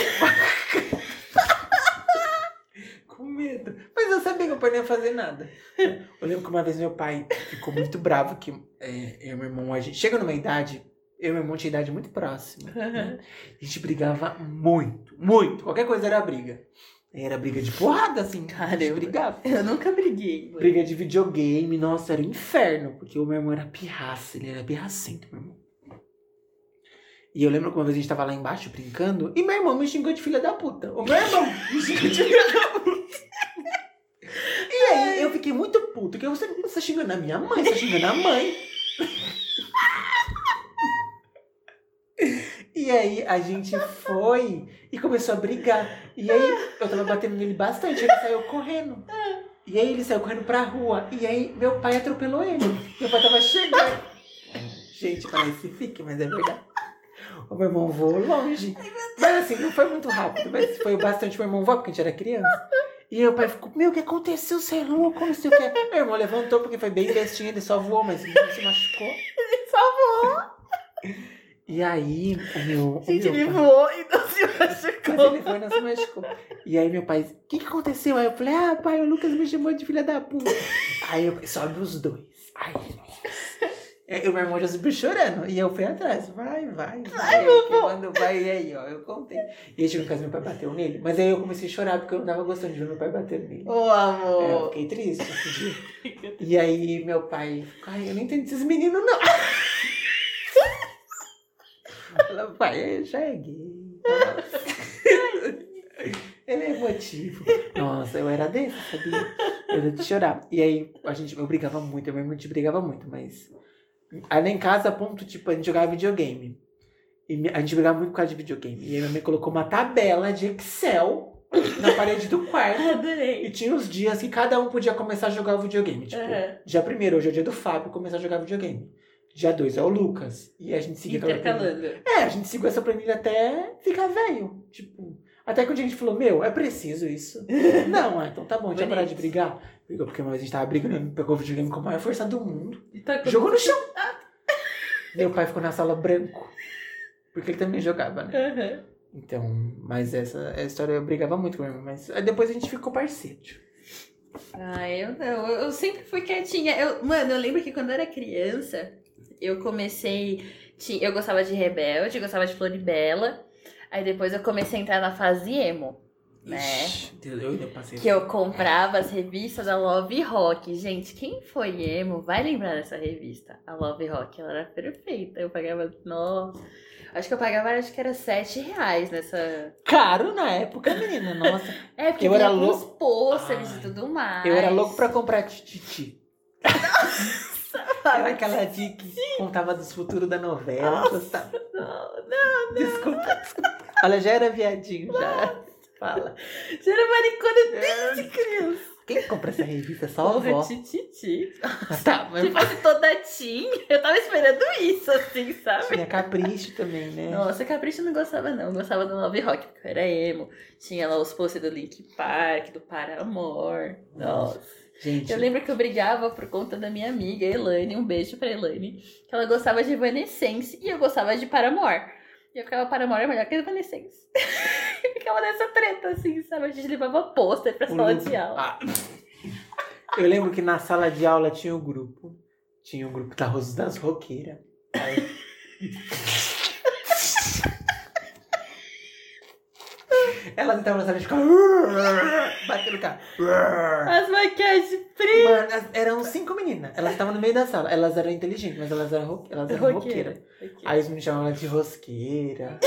Speaker 1: Com medo. Mas eu sabia que eu podia fazer nada. Eu lembro que uma vez meu pai ficou muito bravo que é, eu e meu irmão, a gente chega numa idade, eu e meu irmão tinha idade muito próxima. né? A gente brigava muito, muito. Qualquer coisa era briga. Era briga de porrada, assim. A gente
Speaker 2: Caramba.
Speaker 1: brigava.
Speaker 2: [LAUGHS] Eu nunca briguei. mano.
Speaker 1: Briga de videogame, nossa, era um inferno, porque o meu irmão era pirraça, ele era pirracento, meu irmão. E eu lembro que uma vez a gente tava lá embaixo brincando, e meu irmão me xingou de filha da puta. O meu irmão me xingou de filha da puta. E aí eu fiquei muito puto, porque você, você xingando a minha mãe, você xingando a mãe. E aí a gente foi e começou a brigar. E aí eu tava batendo nele bastante, ele saiu correndo. E aí ele saiu correndo pra rua. E aí meu pai atropelou ele. Meu pai tava chegando. Gente, parece fique, mas é verdade. O meu irmão voou longe. Mas assim, não foi muito rápido, mas foi bastante meu irmão voar, porque a gente era criança. E meu pai ficou, meu, o que aconteceu? Você é louco, não sei o que. Meu irmão levantou porque foi bem bestinho, ele só voou, mas não se machucou.
Speaker 2: Ele só voou.
Speaker 1: E aí, o meu. o
Speaker 2: Gente,
Speaker 1: meu
Speaker 2: ele
Speaker 1: pai-
Speaker 2: voou e não se
Speaker 1: Mas
Speaker 2: machucou.
Speaker 1: ele foi não se machucou. E aí meu pai, o que, que aconteceu? Aí eu falei, ah, pai, o Lucas me chamou de filha da puta. Aí eu sobe os dois. Aí, eu, meu irmão já subiu chorando. E eu fui atrás. Vai, vai. Vai, eu que mando, vai e aí, ó. Eu contei. E aí chegou em casa, meu pai bateu nele. Mas aí eu comecei a chorar, porque eu não tava gostando de ver meu pai bater nele.
Speaker 2: Ô,
Speaker 1: É, eu
Speaker 2: amor.
Speaker 1: fiquei triste esse dia. E aí meu pai ficou, ai, eu não entendi esses meninos, não. [LAUGHS] Ela, pai, já é gay. [LAUGHS] Ele é emotivo. Nossa, eu era desse, sabia? Eu era de chorar. E aí a gente, eu brigava muito, eu mesmo a gente brigava muito, mas. Aí lá em casa, ponto, tipo, a gente jogava videogame. E mi- a gente brigava muito por causa de videogame. E aí minha mãe colocou uma tabela de Excel na parede do quarto.
Speaker 2: Adorei.
Speaker 1: E tinha os dias que cada um podia começar a jogar o videogame. Tipo,
Speaker 2: Aham.
Speaker 1: dia primeiro, hoje é o dia do Fábio começar a jogar videogame. Já dois é o Lucas. E a gente seguia aquela planilha.
Speaker 2: Intercalando.
Speaker 1: É, a gente seguiu essa planilha até ficar velho. Tipo, até que um dia a gente falou, meu, é preciso [LAUGHS] isso. Não, ah, então tá bom, deixa eu parar de
Speaker 2: Bonito.
Speaker 1: brigar. Brigou porque uma vez a gente tava brigando, pegou o videogame com a maior força do mundo.
Speaker 2: E tá com-
Speaker 1: Jogou no chão. [LAUGHS] Meu pai ficou na sala branco. Porque ele também jogava, né?
Speaker 2: Aham.
Speaker 1: Então, mas essa, essa história eu brigava muito com meu irmão, mas aí depois a gente ficou parceiro.
Speaker 2: Ah, eu não. Eu, eu sempre fui quietinha. Eu, mano, eu lembro que quando eu era criança, eu comecei. ti- Eu gostava de Rebelde, eu gostava de Floribela. Aí depois eu comecei a entrar na fase emo. Né?
Speaker 1: Ixi, Deus, eu ainda passei.
Speaker 2: Que eu comprava as revistas da Love Rock. Gente, quem foi emo vai lembrar dessa revista. A Love Rock, ela era perfeita. Eu pagava. Nossa. Acho que eu pagava, acho que era R$ 7 reais nessa.
Speaker 1: Caro na época, menina, nossa. [LAUGHS]
Speaker 2: É, porque
Speaker 1: Eu
Speaker 2: tinha
Speaker 1: era
Speaker 2: alguns
Speaker 1: lou-
Speaker 2: pôsteres
Speaker 1: Ai,
Speaker 2: e tudo mais.
Speaker 1: Eu era louco pra comprar tititi. [LAUGHS] Era aquela de que contava dos futuros da novela. sabe?
Speaker 2: Não,
Speaker 1: Desculpa, desculpa. Olha, já era viadinho, já. Fala.
Speaker 2: Você era maricona desde criança.
Speaker 1: Quem compra essa revista? É. Só a
Speaker 2: Porra,
Speaker 1: avó.
Speaker 2: tititi.
Speaker 1: Tá, mas
Speaker 2: Se fosse toda teen, eu tava esperando isso, assim, sabe?
Speaker 1: tinha capricho também, né?
Speaker 2: Nossa, Capricho eu não gostava, não. Eu gostava do Love Rock, porque eu era emo. Tinha lá os posters do Link Park, do Paramore. Nossa.
Speaker 1: Gente,
Speaker 2: Eu lembro que eu brigava por conta da minha amiga, Elaine. Um beijo pra Elaine. Que ela gostava de Evanescence e eu gostava de Paramore. E eu ficava, Paramore é melhor que Evanescence. [LAUGHS] e ficava nessa treta, assim, sabe? A gente levava pôster pra
Speaker 1: O
Speaker 2: sala
Speaker 1: Lucas-
Speaker 2: de
Speaker 1: Ah.
Speaker 2: aula.
Speaker 1: Eu lembro que na sala de aula tinha o grupo. Tinha o grupo da Rosa das Roqueiras. Aí- Elas entravam na sala e ficavam batendo o carro.
Speaker 2: As maquiagens frias.
Speaker 1: Mano, as- eram cinco meninas. Elas estavam no meio da sala. Elas eram inteligentes, mas elas eram, ro- elas eram roqueiras. Aí os meninos chamavam ela de rosqueira.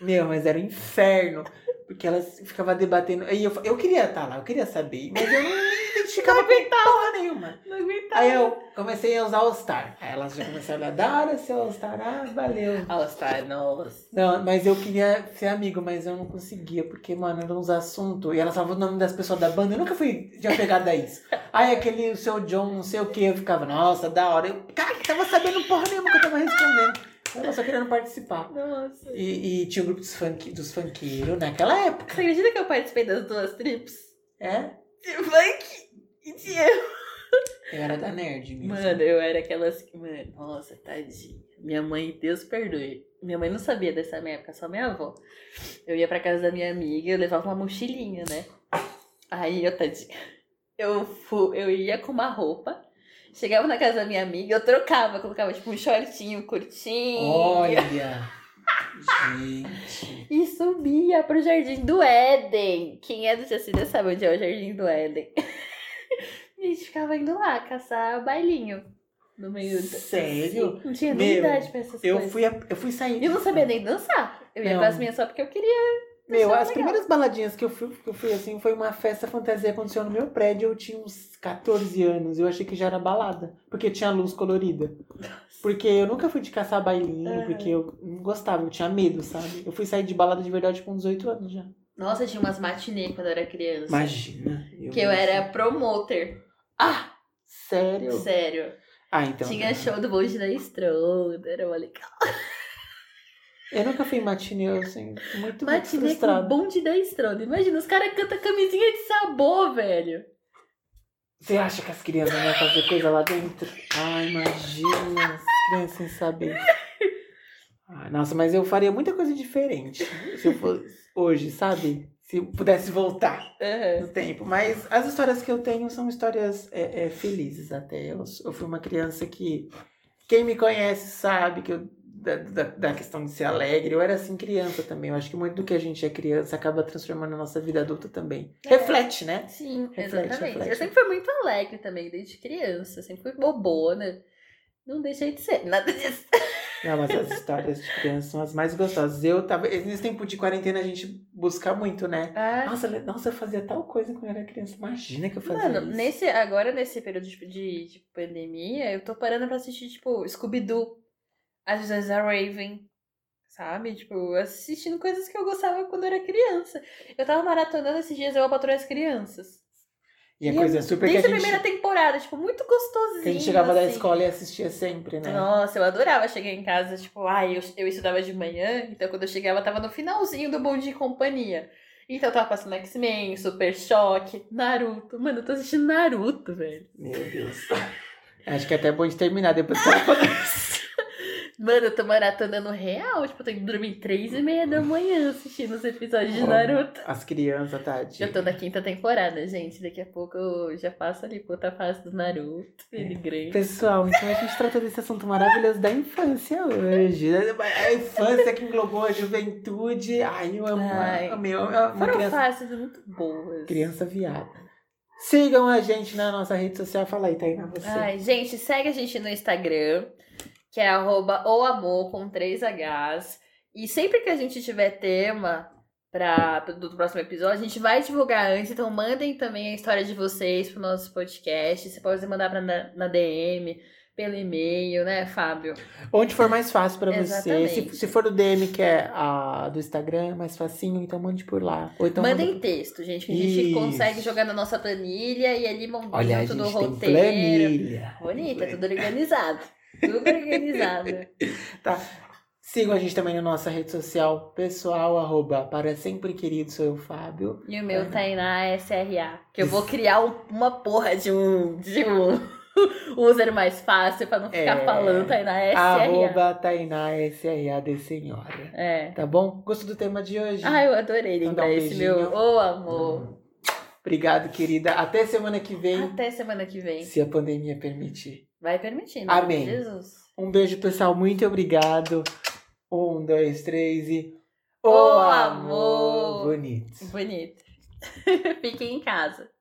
Speaker 1: Meu, mas era um inferno. Porque elas ficavam debatendo. E eu, fa- eu queria estar lá, eu queria saber. Mas eu não me identificava com porra nenhuma.
Speaker 2: Não aguentava.
Speaker 1: Aí eu comecei a usar All Star. Aí elas já começaram a olhar, da hora seu All Star. Ah, valeu.
Speaker 2: All-Star, nossa.
Speaker 1: Não, mas eu queria ser amigo, mas eu não conseguia, porque, mano, eram uns assuntos. E elas falavam o nome das pessoas da banda. Eu nunca fui de apegada a isso. Aí aquele, o seu John, não sei o que, eu ficava, nossa, da hora. Eu, cara, tava sabendo porra nenhuma que eu tava respondendo. Eu tava só querendo participar.
Speaker 2: Nossa.
Speaker 1: E, e tinha o grupo dos, funk, dos funkeiros naquela época.
Speaker 2: Você acredita que eu participei das duas trips?
Speaker 1: É?
Speaker 2: De funk e de eu.
Speaker 1: Eu era da nerd mesmo.
Speaker 2: Mano, eu era aquelas. que- Mano, nossa, tadinha. Minha mãe, Deus perdoe. Minha mãe não sabia dessa minha época, só minha avó. Eu ia pra casa da minha amiga, eu levava uma mochilinha, né? Aí, eu tadinha. Eu, fu... eu ia com uma roupa. Chegava na casa da minha amiga, eu trocava, colocava tipo um shortinho curtinho.
Speaker 1: Olha! Gente.
Speaker 2: E subia pro Jardim do Éden. Quem é do Jacida sabe onde é o Jardim do Éden. [LAUGHS] e a gente ficava indo lá caçar bailinho no meio do.
Speaker 1: Sério?
Speaker 2: Não tinha
Speaker 1: Meu,
Speaker 2: nem idade pra essas
Speaker 1: Eu
Speaker 2: coisas.
Speaker 1: fui, a- eu fui sair.
Speaker 2: Eu não sabia nem dançar. Eu ia
Speaker 1: Não.
Speaker 2: com as minhas só porque eu queria.
Speaker 1: Meu,
Speaker 2: achava
Speaker 1: as
Speaker 2: legal.
Speaker 1: primeiras baladinhas que eu fui, que eu fui assim, foi uma festa fantasia que aconteceu no meu prédio. Eu tinha uns 14 anos. Eu achei que já era balada. Porque tinha luz colorida. Porque eu nunca fui de caçar bailinho,
Speaker 2: Aham.
Speaker 1: porque eu não gostava, eu tinha medo, sabe? Eu fui sair de balada de verdade com 18 anos já.
Speaker 2: Nossa, tinha umas matinê quando eu era criança.
Speaker 1: Imagina.
Speaker 2: Que eu era promoter. Ah,
Speaker 1: Sério?
Speaker 2: sério.
Speaker 1: Ah, então.
Speaker 2: tinha show do bonde da Estrondo, era uma legal.
Speaker 1: Eu nunca fui em matinê, eu assim, muito, muito
Speaker 2: Matinê com
Speaker 1: frustrada.
Speaker 2: bonde da Estrondo. Imagina, os caras cantam camisinha de sabor, velho.
Speaker 1: Você acha que as crianças vão fazer coisa lá dentro? Ai, imagina, as crianças sem saber. Ai, Ah, nossa, mas eu faria muita coisa diferente se eu fosse hoje, sabe? Se eu pudesse voltar
Speaker 2: Aham.
Speaker 1: no tempo. Mas as histórias que eu tenho são histórias é, é, felizes até. Eu, eu fui uma criança que. Quem me conhece sabe que eu. Da, da, da questão de ser alegre, eu era assim criança também. Eu acho que muito do que a gente é criança acaba transformando a nossa vida adulta também.
Speaker 2: É.
Speaker 1: Reflete, né?
Speaker 2: Sim,
Speaker 1: Reflete,
Speaker 2: exatamente.
Speaker 1: reflete.
Speaker 2: Eu sempre fui muito alegre também, desde criança. Sempre fui bobona. Não deixei de ser. [LAUGHS] Nada disso.
Speaker 1: Não, mas as histórias de criança são as mais gostosas. Eu tava. Nesse tempo de quarentena a gente busca muito, né?
Speaker 2: Ah,
Speaker 1: Nossa, le- nossa, eu fazia tal coisa quando eu era criança. Imagina que eu fazia
Speaker 2: mano,
Speaker 1: isso.
Speaker 2: nesse, agora nesse período de, de, de pandemia, eu tô parando pra assistir, tipo, Scooby-Doo, As Visões da Raven, sabe? Tipo, assistindo coisas que eu gostava quando eu era criança. Eu tava maratonando esses dias Eu, a Patroa e as Crianças.
Speaker 1: E a coisa super que a
Speaker 2: Desde a
Speaker 1: gente,
Speaker 2: primeira temporada, tipo, muito gostosinho.
Speaker 1: que a gente chegava da
Speaker 2: assim.
Speaker 1: escola e assistia sempre, né?
Speaker 2: Nossa, eu adorava chegar em casa, tipo, ai, eu, eu estudava de manhã, então quando eu chegava, tava no finalzinho do Bom Dia e Companhia. Então tava passando X-Men, Super Choque, Naruto. Mano, eu tô assistindo Naruto, velho.
Speaker 1: Meu Deus. [LAUGHS] Acho que é até bom de terminar depois que ela falou isso.
Speaker 2: Mano, eu tô maratonando real, tipo, eu tenho que dormir três e meia da manhã assistindo os episódios de
Speaker 1: Ó,
Speaker 2: Naruto.
Speaker 1: [LAUGHS] As crianças, tá, Tati.
Speaker 2: Eu tô na quinta temporada, gente. Daqui a pouco eu já passo ali pra outra fase do Naruto.
Speaker 1: É.
Speaker 2: Ele grande.
Speaker 1: Pessoal, então a gente tratou desse assunto maravilhoso da infância hoje. A infância que englobou a juventude. Ai, eu amo.
Speaker 2: Ai.
Speaker 1: amei, eu amo uma
Speaker 2: Foram
Speaker 1: criança,
Speaker 2: fases muito boas.
Speaker 1: criança viada. Sigam a gente na nossa rede social. Fala aí, Tainá, você.
Speaker 2: Ai, gente, segue a gente no Instagram, que é arroba ouamor com 3Hs. E sempre que a gente tiver tema pra, pro- do próximo episódio, a gente vai divulgar antes. Então mandem também a história de vocês pro nosso podcast. Você pode mandar pra, na, na DM, pelo e-mail, né, Fábio?
Speaker 1: Onde for mais fácil pra você. Se,
Speaker 2: Exatamente.
Speaker 1: se for do DM, que é a do Instagram, é mais facinho, então mande por lá. Ou então manda-
Speaker 2: Mandem texto, gente, que a gente
Speaker 1: Isso.
Speaker 2: consegue jogar na nossa planilha e ali montar
Speaker 1: Olha, a gente
Speaker 2: tudo
Speaker 1: tem
Speaker 2: o roteiro.
Speaker 1: planilha.
Speaker 2: Bonita, tudo organizado. Tudo organizado.
Speaker 1: Sigam a gente também na nossa rede social pessoal, arroba para sempre querido, sou eu, Fábio.
Speaker 2: E o meu
Speaker 1: É.
Speaker 2: tá aí na SRA. Que eu vou criar um- uma porra de um, de um [LAUGHS] user mais fácil pra não ficar
Speaker 1: É.
Speaker 2: falando tá aí na SRA.
Speaker 1: Arroba Tainá S.R.A.D. Senhora.
Speaker 2: É.
Speaker 1: Tá bom? Gostou do tema de hoje?
Speaker 2: Ah, eu adorei
Speaker 1: Mandar
Speaker 2: lembrar
Speaker 1: um
Speaker 2: esse
Speaker 1: beijinho.
Speaker 2: meu. Ô, amor.
Speaker 1: Obrigado, querida. Até semana que vem,
Speaker 2: Até semana que vem.
Speaker 1: se a pandemia permitir.
Speaker 2: Vai permitindo. né?
Speaker 1: Amém.
Speaker 2: Jesus.
Speaker 1: Um beijo, pessoal. Muito obrigado. Um, dois, três e.
Speaker 2: Ô, amor!
Speaker 1: Bonito.
Speaker 2: [LAUGHS] Bonito. Fiquem em casa.